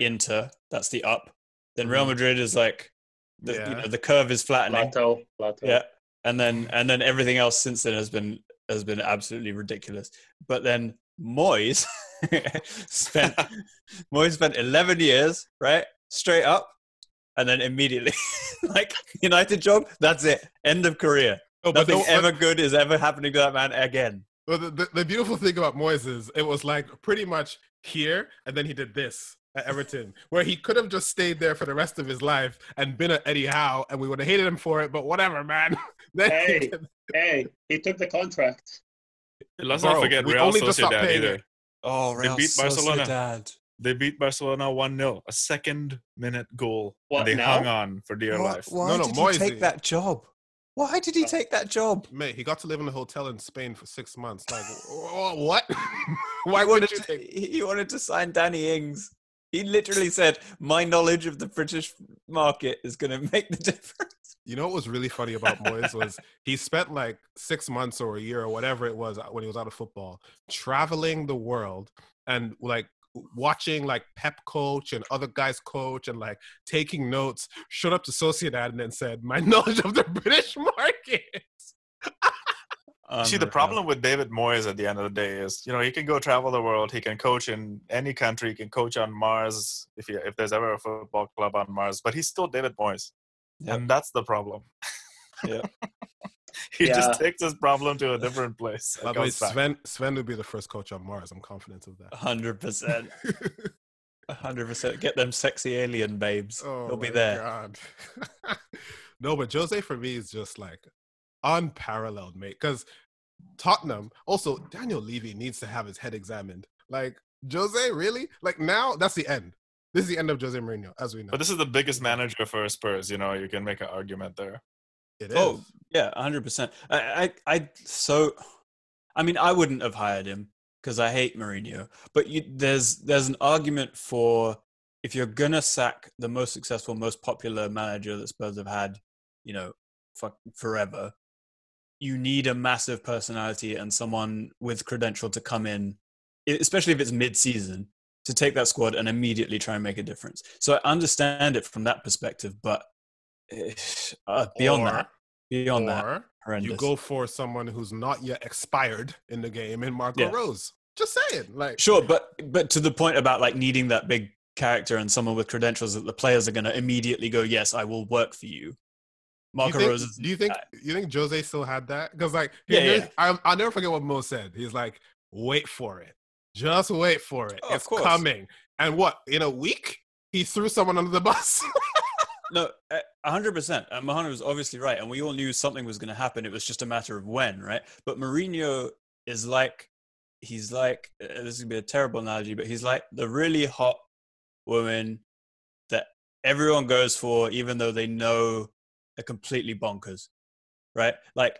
Speaker 2: Inter. That's the up. Then Real
Speaker 3: Mhm.
Speaker 2: Madrid is like the
Speaker 3: Yeah.
Speaker 2: you know the curve is flattening.
Speaker 1: Plateau, plateau.
Speaker 2: Yeah, and then and then everything else since then has been has been absolutely ridiculous. But then Moyes spent Moyes spent eleven years right straight up, and then immediately like United job. That's it. End of career.
Speaker 3: Oh, but
Speaker 2: Nothing
Speaker 3: don't-
Speaker 2: ever good is ever happening to that man again.
Speaker 3: Well, the, the, the beautiful thing about Moyes is it was like pretty much here, and then he did this at Everton, where he could have just stayed there for the rest of his life and been an Eddie Howe, and we would have hated him for it. But whatever, man. Then he
Speaker 1: Hey.
Speaker 3: did-
Speaker 1: Hey, he took the contract.
Speaker 5: Let's
Speaker 3: Bro,
Speaker 5: not forget
Speaker 3: we
Speaker 5: Real
Speaker 3: only just stopped
Speaker 5: Sociedad
Speaker 3: paying
Speaker 5: either.
Speaker 3: it.
Speaker 2: Oh,
Speaker 5: They
Speaker 2: Real
Speaker 5: beat Barcelona.
Speaker 2: Sociedad.
Speaker 5: They beat Barcelona one 0 a second minute goal,
Speaker 1: What,
Speaker 5: and they
Speaker 1: now?
Speaker 5: hung on for dear
Speaker 2: Why,
Speaker 5: life.
Speaker 2: why
Speaker 3: No, no,
Speaker 2: did
Speaker 3: Moyes
Speaker 2: he
Speaker 3: did.
Speaker 2: take that job? Why did he take that job?
Speaker 3: Mate, he got to live in a hotel in Spain for six months. Like, wh- wh- what? Why would
Speaker 2: he wanted
Speaker 3: you
Speaker 2: to,
Speaker 3: take?
Speaker 2: he wanted to sign Danny Ings. He literally said, "My knowledge of the British market is going to make the difference."
Speaker 3: You know what was really funny about Moyes was he spent like six months or a year or whatever it was uh, when he was out of football traveling the world and like watching like Pep coach and other guys coach and like taking notes. Showed up to Sociedad and then said, "My knowledge of the British market."
Speaker 5: See, the problem with David Moyes at the end of the day is, you know, he can go travel the world. He can coach in any country. He can coach on Mars if he, if there's ever a football club on Mars. But he's still David Moyes,
Speaker 2: Yep.
Speaker 5: and that's the problem.
Speaker 2: Yep.
Speaker 5: he just
Speaker 1: Yeah.
Speaker 5: takes his problem to a different place. and
Speaker 3: By the way,
Speaker 5: comes back.
Speaker 3: Sven Sven would be the first coach on Mars. I'm confident of that.
Speaker 2: hundred percent, hundred percent. Get them sexy alien babes. They'll be
Speaker 3: Oh my
Speaker 2: there.
Speaker 3: God. no, but Jose for me is just like unparalleled, mate. Because Tottenham, also Daniel Levy needs to have his head examined. Like Jose, really? Like now, that's the end. This is the end of Jose Mourinho, as we know.
Speaker 5: But this is the biggest manager for Spurs. You know, you can make an argument there.
Speaker 3: it is.
Speaker 2: Oh yeah, hundred percent. I, I, I, so, I mean, I wouldn't have hired him because I hate Mourinho. But you, there's there's an argument for if you're gonna sack the most successful, most popular manager that Spurs have had, you know, fuck forever, you need a massive personality and someone with credential to come in, e- especially if it's mid-season, to take that squad and immediately try and make a difference. So I understand it from that perspective, but. eh, Uh, beyond
Speaker 3: Or-
Speaker 2: that, beyond that
Speaker 3: or
Speaker 2: horrendous.
Speaker 3: you go for someone who's not yet expired in the game, in Marco
Speaker 2: Yeah.
Speaker 3: Rose. Just saying, like
Speaker 2: sure but but to the point about like needing that big character and someone with credentials that the players are going to immediately go yes i will work for you
Speaker 3: Do you
Speaker 2: marco
Speaker 3: think-
Speaker 2: rose is
Speaker 3: Do you think
Speaker 2: I-
Speaker 3: you think Jose still had that? Because like,
Speaker 2: Yeah,
Speaker 3: here's-
Speaker 2: yeah.
Speaker 3: I, I'll never forget what Mo said. He's like, "Wait for it, just wait for it.
Speaker 2: Oh, of
Speaker 3: it's
Speaker 2: course.
Speaker 3: coming." And what in a week he threw someone under the bus.
Speaker 2: no uh, 100% and Mohamed was obviously right and we all knew something was going to happen it was just a matter of when right but Mourinho is like he's like uh, this is going to be a terrible analogy but he's like the really hot woman that everyone goes for even though they know they're completely bonkers right like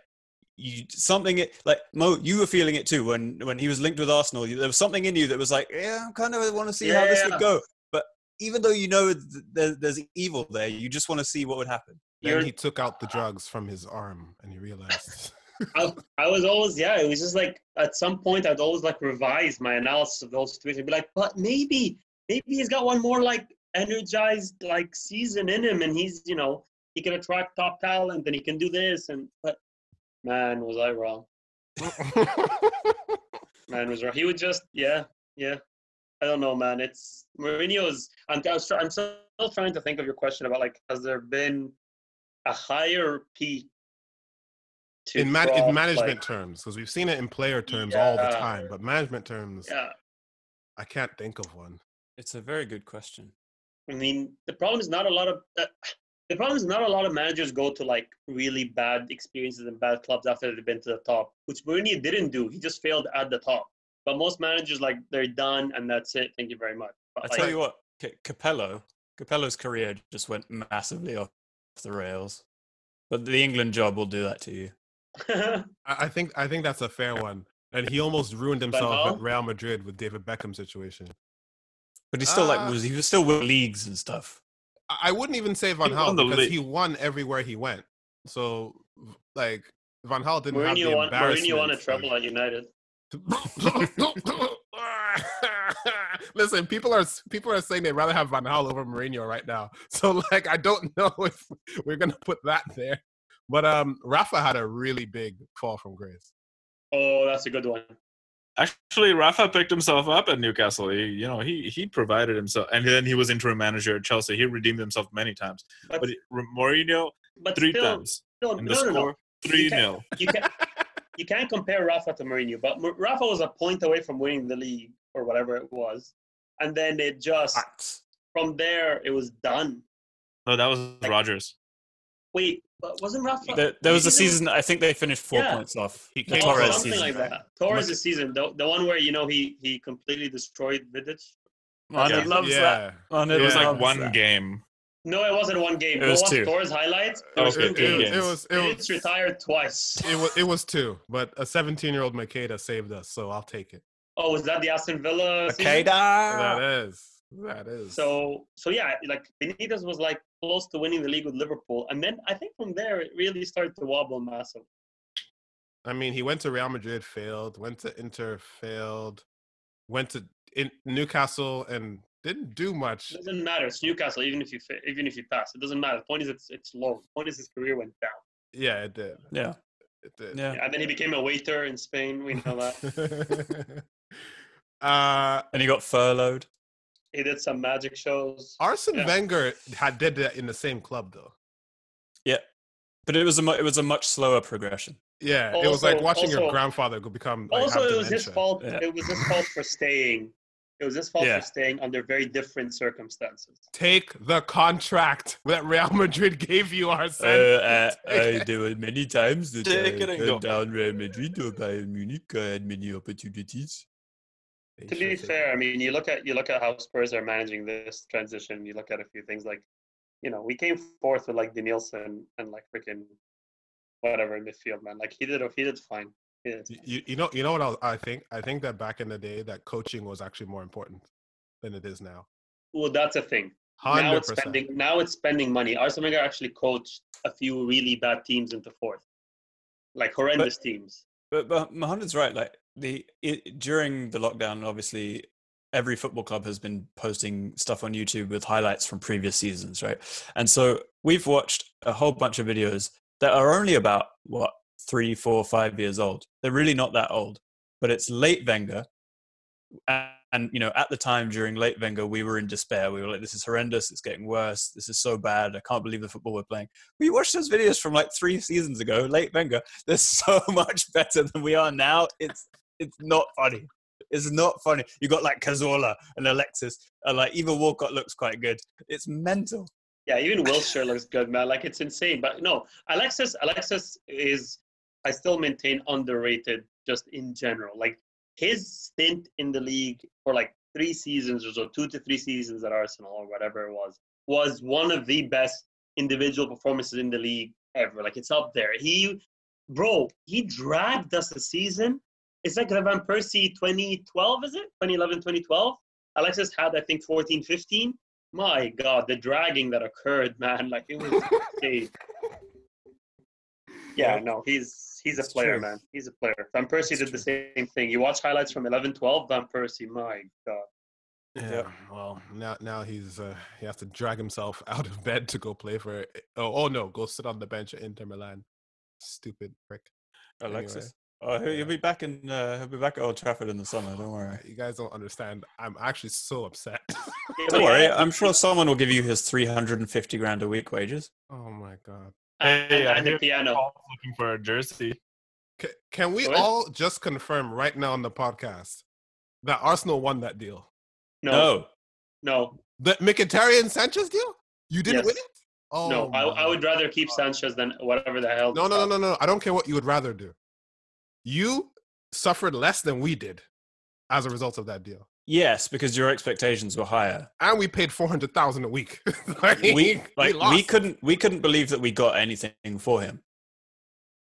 Speaker 2: you something it- like Mo, you were feeling it too when when he was linked with Arsenal. you- There was something in you that was like, yeah, I kind of want to see how this
Speaker 1: Yeah.
Speaker 2: would go. But even though you know th- there, there's evil there, you just want to see what would happen.
Speaker 3: then
Speaker 1: You're-
Speaker 3: he took out the drugs from his arm, and he realized
Speaker 1: I, I was always yeah it was just like at some point i'd always like revise my analysis of the whole situation be like but maybe maybe he's got one more like energized like season in him and he's you know he can attract top talent and he can do this and but man was i wrong man was wrong he would just yeah yeah i don't know man it's Mourinho's I'm, I was try- I'm still trying to think of your question about like has there been a higher peak to
Speaker 3: in, man-
Speaker 1: Klopp,
Speaker 3: in
Speaker 1: like-
Speaker 3: management terms, because we've seen it in player terms all the
Speaker 1: Yeah.
Speaker 3: time, but management terms,
Speaker 1: yeah
Speaker 3: I can't think of one.
Speaker 2: It's a very good question.
Speaker 1: I mean, the problem is not a lot of uh, the problem is not a lot of managers go to like really bad experiences and bad clubs after they've been to the top, which Mourinho didn't do. He just failed at the top. But most managers like they're done and that's it. Thank you very much. But,
Speaker 2: I
Speaker 1: like,
Speaker 2: tell you what, C- Capello, Capello's career just went massively off the rails. But the England job will do that to you.
Speaker 3: I, I think I think that's a fair one. And he almost ruined
Speaker 1: how?
Speaker 3: himself at Real Madrid with David Beckham's situation.
Speaker 2: But he still
Speaker 3: Ah.
Speaker 2: like was he was still with leagues and stuff.
Speaker 3: I I wouldn't even say Van
Speaker 4: He
Speaker 3: Hal
Speaker 4: won the
Speaker 3: because
Speaker 4: league.
Speaker 3: he won everywhere he went. So, like, Van Hal didn't have
Speaker 1: Mourinho
Speaker 3: the
Speaker 1: won Mourinho won a
Speaker 3: embarrassment
Speaker 1: treble
Speaker 3: of-
Speaker 1: at United.
Speaker 3: Listen, people are people are saying they'd rather have Van Hal over Mourinho right now. So, like, I don't know if we're gonna put that there. But um, Rafa had a really big fall from grace.
Speaker 1: Oh, that's a good one.
Speaker 5: Actually, Rafa picked himself up at Newcastle. He, you know, he he provided himself, and then he was interim manager at Chelsea. He redeemed himself many times.
Speaker 1: But
Speaker 5: But he- Mourinho
Speaker 1: but
Speaker 5: three
Speaker 1: still,
Speaker 5: times,
Speaker 1: still
Speaker 5: and the
Speaker 1: no, no, no.
Speaker 5: score three
Speaker 1: You can't-
Speaker 5: 0
Speaker 1: You can't you can't compare Rafa to Mourinho, but Mou- Rafa was a point away from winning the league or whatever it was, and then it just
Speaker 2: Facts.
Speaker 1: from there it was done.
Speaker 5: No, that was Rogers.
Speaker 1: Wait, but wasn't Rafa?
Speaker 2: There, there was a
Speaker 1: He's in-
Speaker 2: season I think they finished four
Speaker 1: Yeah.
Speaker 2: points off.
Speaker 3: He
Speaker 2: The
Speaker 3: came
Speaker 1: Oh,
Speaker 2: Torres
Speaker 1: something
Speaker 2: season.
Speaker 1: like that.
Speaker 2: Must-
Speaker 1: Torres this season, the, the one where you know he he completely destroyed Vidic.
Speaker 2: Arnold
Speaker 1: Yeah.
Speaker 2: loves that. Arnold
Speaker 5: It was
Speaker 3: Yeah.
Speaker 5: like
Speaker 2: loves
Speaker 5: one
Speaker 2: that.
Speaker 5: game.
Speaker 1: No, it wasn't one game.
Speaker 2: It
Speaker 1: Go
Speaker 2: was
Speaker 1: watch
Speaker 2: two.
Speaker 1: Torres highlights.
Speaker 3: It
Speaker 1: It
Speaker 5: was
Speaker 1: was
Speaker 3: was
Speaker 5: Okay,
Speaker 1: two
Speaker 3: it,
Speaker 5: two
Speaker 1: games.
Speaker 3: it
Speaker 5: games.
Speaker 3: was it
Speaker 1: Vidic
Speaker 3: was
Speaker 1: retired twice.
Speaker 3: it was it was two, but a 17 year old Makeda saved us, so I'll take it.
Speaker 1: Oh, was that the Aston Villa? season?
Speaker 3: That
Speaker 2: Makeda.
Speaker 3: is that is
Speaker 1: Uh, So so yeah, like Benitez was like close to winning the league with Liverpool, and then I think from there it really started to wobble massive.
Speaker 3: I mean, he went to Real Madrid, failed. Went to Inter, failed. Went to in Newcastle and didn't do much.
Speaker 1: It doesn't matter. It's Newcastle. Even if you fa- even if you pass, it doesn't matter. The point is it's it's low. The point is his career went down,
Speaker 3: Yeah, it did.
Speaker 2: Yeah.
Speaker 3: It did.
Speaker 2: Yeah.
Speaker 1: and then he became a waiter in Spain. We know that.
Speaker 3: uh,
Speaker 2: And he got furloughed.
Speaker 1: he did some magic shows.
Speaker 3: Arsene
Speaker 1: Yeah.
Speaker 3: Wenger had did that in the same club though.
Speaker 2: But it was a mu- it was a much slower progression.
Speaker 3: Yeah, it was like
Speaker 1: Also-
Speaker 3: watching your
Speaker 1: also-
Speaker 3: grandfather go become. Like,
Speaker 1: also
Speaker 3: have
Speaker 1: it was his
Speaker 3: dementia.
Speaker 1: fault
Speaker 2: Yeah.
Speaker 1: it was his fault for staying it was his fault
Speaker 2: Yeah.
Speaker 1: for staying under very different circumstances
Speaker 3: Take the contract that Real Madrid gave you,
Speaker 2: Uh,
Speaker 3: Arsene.
Speaker 2: uh,
Speaker 3: Take
Speaker 2: I, there were many times that
Speaker 5: Take it
Speaker 2: I
Speaker 5: and go.
Speaker 2: turned down Real Madrid or Bayern Munich. I had many opportunities.
Speaker 3: it.
Speaker 1: to
Speaker 3: Sure,
Speaker 1: be
Speaker 3: take it.
Speaker 1: fair i mean you look at you look at how spurs are managing this transition you look at a few things like you know we came fourth with like Danielson and like freaking whatever in midfield man like he did he did fine He did fine.
Speaker 3: You, you know you know what I, I think I think that back in the day that coaching was actually more important than it is now.
Speaker 1: well that's a thing now
Speaker 3: Hundred
Speaker 1: it's
Speaker 3: percent.
Speaker 1: spending now it's spending money Arsene Wenger actually coached a few really bad teams into fourth like horrendous teams
Speaker 2: But, but Mohammed's right. Like the it, during the lockdown, obviously, every football club has been posting stuff on YouTube with highlights from previous seasons, right? And so we've watched a whole bunch of videos that are only about what three, four, five years old. They're really not that old, but it's late Wenger. And, and you know, at the time during late Wenger, we were in despair. We were like, "This is horrendous. It's getting worse. This is so bad. I can't believe the football we're playing." We watched those videos from like three seasons ago, late Wenger they're so much better than we are now. It's it's not funny. It's not funny. You got like Cazorla and Alexis, and like even Walcott looks quite good. It's mental.
Speaker 1: Yeah, even Wilshire looks good, man. Like it's insane. But no, Alexis, Alexis is I still maintain underrated just in general. Like his stint in the league for like three seasons or so, two to three seasons at Arsenal or whatever it was, was one of the best individual performances in the league ever. Like it's up there. He bro, he dragged us a season. It's like the Van Persie 2012, is it? 2011, 2012. Alexis had, I think, 14, 15 my god the dragging that occurred man like it was insane. Yeah, no, he's he's a
Speaker 2: It's
Speaker 1: player,
Speaker 2: true.
Speaker 1: man. He's a player. Van Persie did the same thing. You watch highlights from 11, 12, Van Persie, my God.
Speaker 3: Yeah.
Speaker 2: Yep.
Speaker 3: Well, now now he's uh, he has to drag himself out of bed to go play for. Oh, oh no, go sit on the bench at Inter Milan. Stupid prick.
Speaker 2: Alexis. Oh,
Speaker 3: Yeah.
Speaker 2: he'll be back in. Uh, he'll be back at Old Trafford in the summer. Don't worry.
Speaker 3: You guys don't understand. I'm actually so upset.
Speaker 1: Yeah, but
Speaker 2: Don't worry.
Speaker 1: yeah,
Speaker 2: I'm sure someone will give you his 350 grand a week wages.
Speaker 3: oh my god.
Speaker 1: and-
Speaker 4: Hey, I
Speaker 1: and the
Speaker 4: hear
Speaker 1: piano.
Speaker 4: Paul's looking for a jersey.
Speaker 3: C- can we
Speaker 1: What?
Speaker 3: all just confirm right now on the podcast that Arsenal won that deal?
Speaker 1: No,
Speaker 2: No,
Speaker 1: no. No,
Speaker 3: The Mkhitaryan Sanchez deal? You didn't
Speaker 1: Yes.
Speaker 3: win it? Oh
Speaker 1: I, I
Speaker 3: my
Speaker 1: would rather keep Sanchez than whatever the hell.
Speaker 3: No, no, no, no, no. I don't care what you would rather do. You suffered less than we did as a result of that deal.
Speaker 2: Yes, because your expectations were higher.
Speaker 3: And we paid 400,000 a week. like,
Speaker 2: We like we,
Speaker 3: lost.
Speaker 2: couldn't we couldn't believe that we got anything for him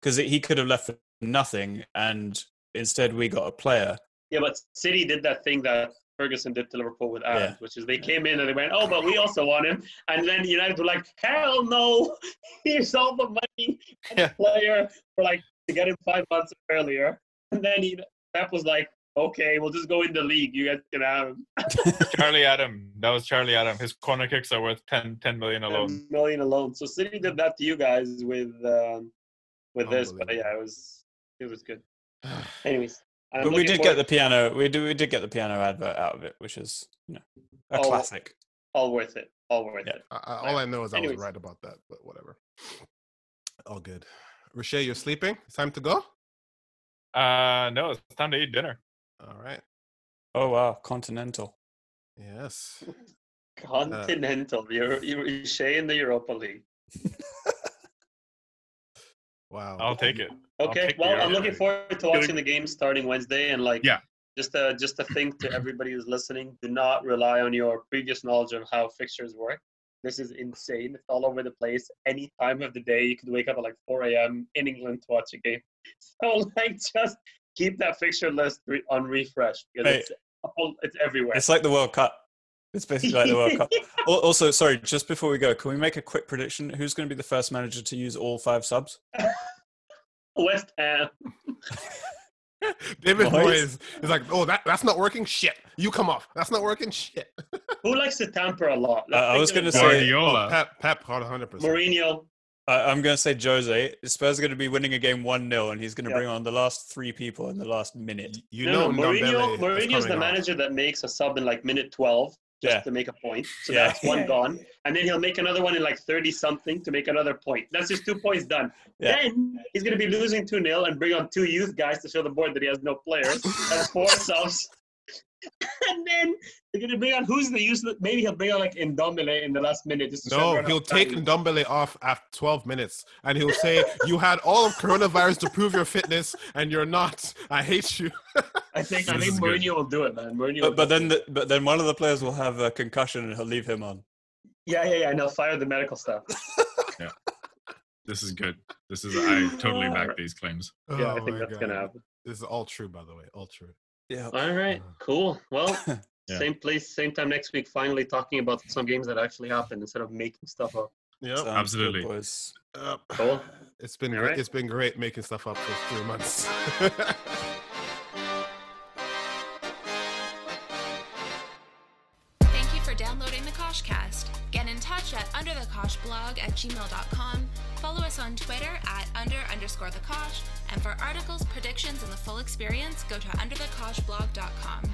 Speaker 2: because he could have left for nothing, and instead we got a player.
Speaker 1: Yeah, but City did that thing that Ferguson did to Liverpool with Adams,
Speaker 2: Yeah.
Speaker 1: which is they came in and they went, "Oh, but we also want him," and then United were like, "Hell no! Here's all the money and
Speaker 3: Yeah.
Speaker 1: the player for like to get him five months earlier." And then he, Pep was like, "Okay, we'll just go in the league. You guys can have him.
Speaker 4: Charlie Adam. That was Charlie Adam. His corner kicks are worth 10, 10 million alone.
Speaker 1: a million alone." So City did that to you guys with um, with this, but
Speaker 3: Unbelievable.
Speaker 1: yeah, it was it was good. Anyways, I'm
Speaker 2: but we
Speaker 1: looking
Speaker 2: did
Speaker 1: forward-
Speaker 2: get the piano. We do. We did get the piano advert out of it, which is you know, a
Speaker 1: Oh.
Speaker 2: classic.
Speaker 1: all worth it. All worth
Speaker 2: Yeah.
Speaker 1: it.
Speaker 3: I, I- all I know is I
Speaker 1: Anyways.
Speaker 3: was right about that, but whatever. All good. Rochelle, you're sleeping? It's time to go?
Speaker 2: Um,
Speaker 4: Uh, no, it's time to eat dinner.
Speaker 3: All right.
Speaker 2: Oh wow, continental.
Speaker 3: Yes.
Speaker 1: Continental, you're, you're Shea in the Europa League.
Speaker 3: Wow.
Speaker 4: I'll take it. I'll
Speaker 1: Okay,
Speaker 4: pick the
Speaker 1: well, I'm
Speaker 4: Europa
Speaker 1: looking
Speaker 4: League.
Speaker 1: forward to watching the game starting Wednesday, and like,
Speaker 5: Yeah.
Speaker 1: just a just a thing to everybody who's listening: do not rely on your previous knowledge of how fixtures work. This is insane. It's all over the place. Any time of the day, you could wake up at like 4 a.m. in England to watch a game. So like, just keep that fixture list re- on refresh because
Speaker 2: Hey.
Speaker 1: it's all, it's everywhere.
Speaker 2: It's like the World Cup. It's basically like the World Cup. Al- Also, sorry, just before we go, can we make a quick prediction? Who's going to be the first manager to use all five subs?
Speaker 1: West Ham.
Speaker 3: David
Speaker 2: Moyes.
Speaker 3: Moyes is like, oh, that, that's not working? Shit. You come off. That's not working? Shit.
Speaker 1: Who likes to tamper a lot?
Speaker 2: Uh, I
Speaker 1: think
Speaker 2: was
Speaker 1: of
Speaker 2: gonna
Speaker 1: it
Speaker 2: say-
Speaker 1: like
Speaker 5: Guardiola.
Speaker 3: Pep, Pep caught 100%.
Speaker 1: Mourinho.
Speaker 2: I, I'm going to say Jose. Spurs are going to be winning a game 1 0, and he's going to
Speaker 1: Yeah.
Speaker 2: bring on the last three people in the last minute.
Speaker 3: You
Speaker 1: No,
Speaker 3: know,
Speaker 1: no, Mourinho.
Speaker 3: Ndombele is
Speaker 1: Mourinho's the
Speaker 3: coming off.
Speaker 1: manager that makes a sub in like minute twelve just
Speaker 2: Yeah.
Speaker 1: to make a point. So
Speaker 2: Yeah.
Speaker 1: that's one gone, and then he'll make another one in like thirty something to make another point. That's just two points done.
Speaker 2: Yeah.
Speaker 1: Then he's gonna be losing two 0 and bring on two youth guys to show the board that he has no players. That's four subs. And then they're gonna bring on who's the useless. Maybe he'll bring on like Ndombele in the last minute. Just to show
Speaker 3: No,
Speaker 1: everyone
Speaker 3: he'll
Speaker 1: how
Speaker 3: take
Speaker 1: bad he is.
Speaker 3: Ndombele off after 12 minutes and he'll say, You had all of coronavirus to prove your fitness and you're not. I hate you.
Speaker 1: I think I think
Speaker 5: This is good.
Speaker 1: Mourinho will do it, man. Mourinho. will
Speaker 2: But, but
Speaker 1: do it.
Speaker 2: then, the, but then one of the players will have a concussion, and he'll leave him on.
Speaker 1: yeah, yeah, yeah. And he'll fire the medical staff.
Speaker 5: This is good. This is I totally back these claims.
Speaker 1: Yeah,
Speaker 3: Oh
Speaker 1: I think
Speaker 3: my
Speaker 1: that's
Speaker 3: God.
Speaker 1: gonna happen.
Speaker 3: This is all true, by the way. All true.
Speaker 2: Yeah.
Speaker 1: All right, cool. Well,
Speaker 5: Yeah.
Speaker 1: same place, same time next week. Finally, talking about some games that actually happened instead of making stuff up.
Speaker 3: Yep.
Speaker 5: Absolutely.
Speaker 2: Boys.
Speaker 3: Yep.
Speaker 1: Cool.
Speaker 3: It's been
Speaker 1: All
Speaker 3: great.
Speaker 1: right.
Speaker 3: It's been great making stuff up for three months.
Speaker 6: Thank you for downloading the Koshcast. Get in touch at underthekoshblog at gmail.com. Follow us on Twitter at under underscore the Kosh. And for articles, predictions, and the full experience, go to underthekoshblog.com.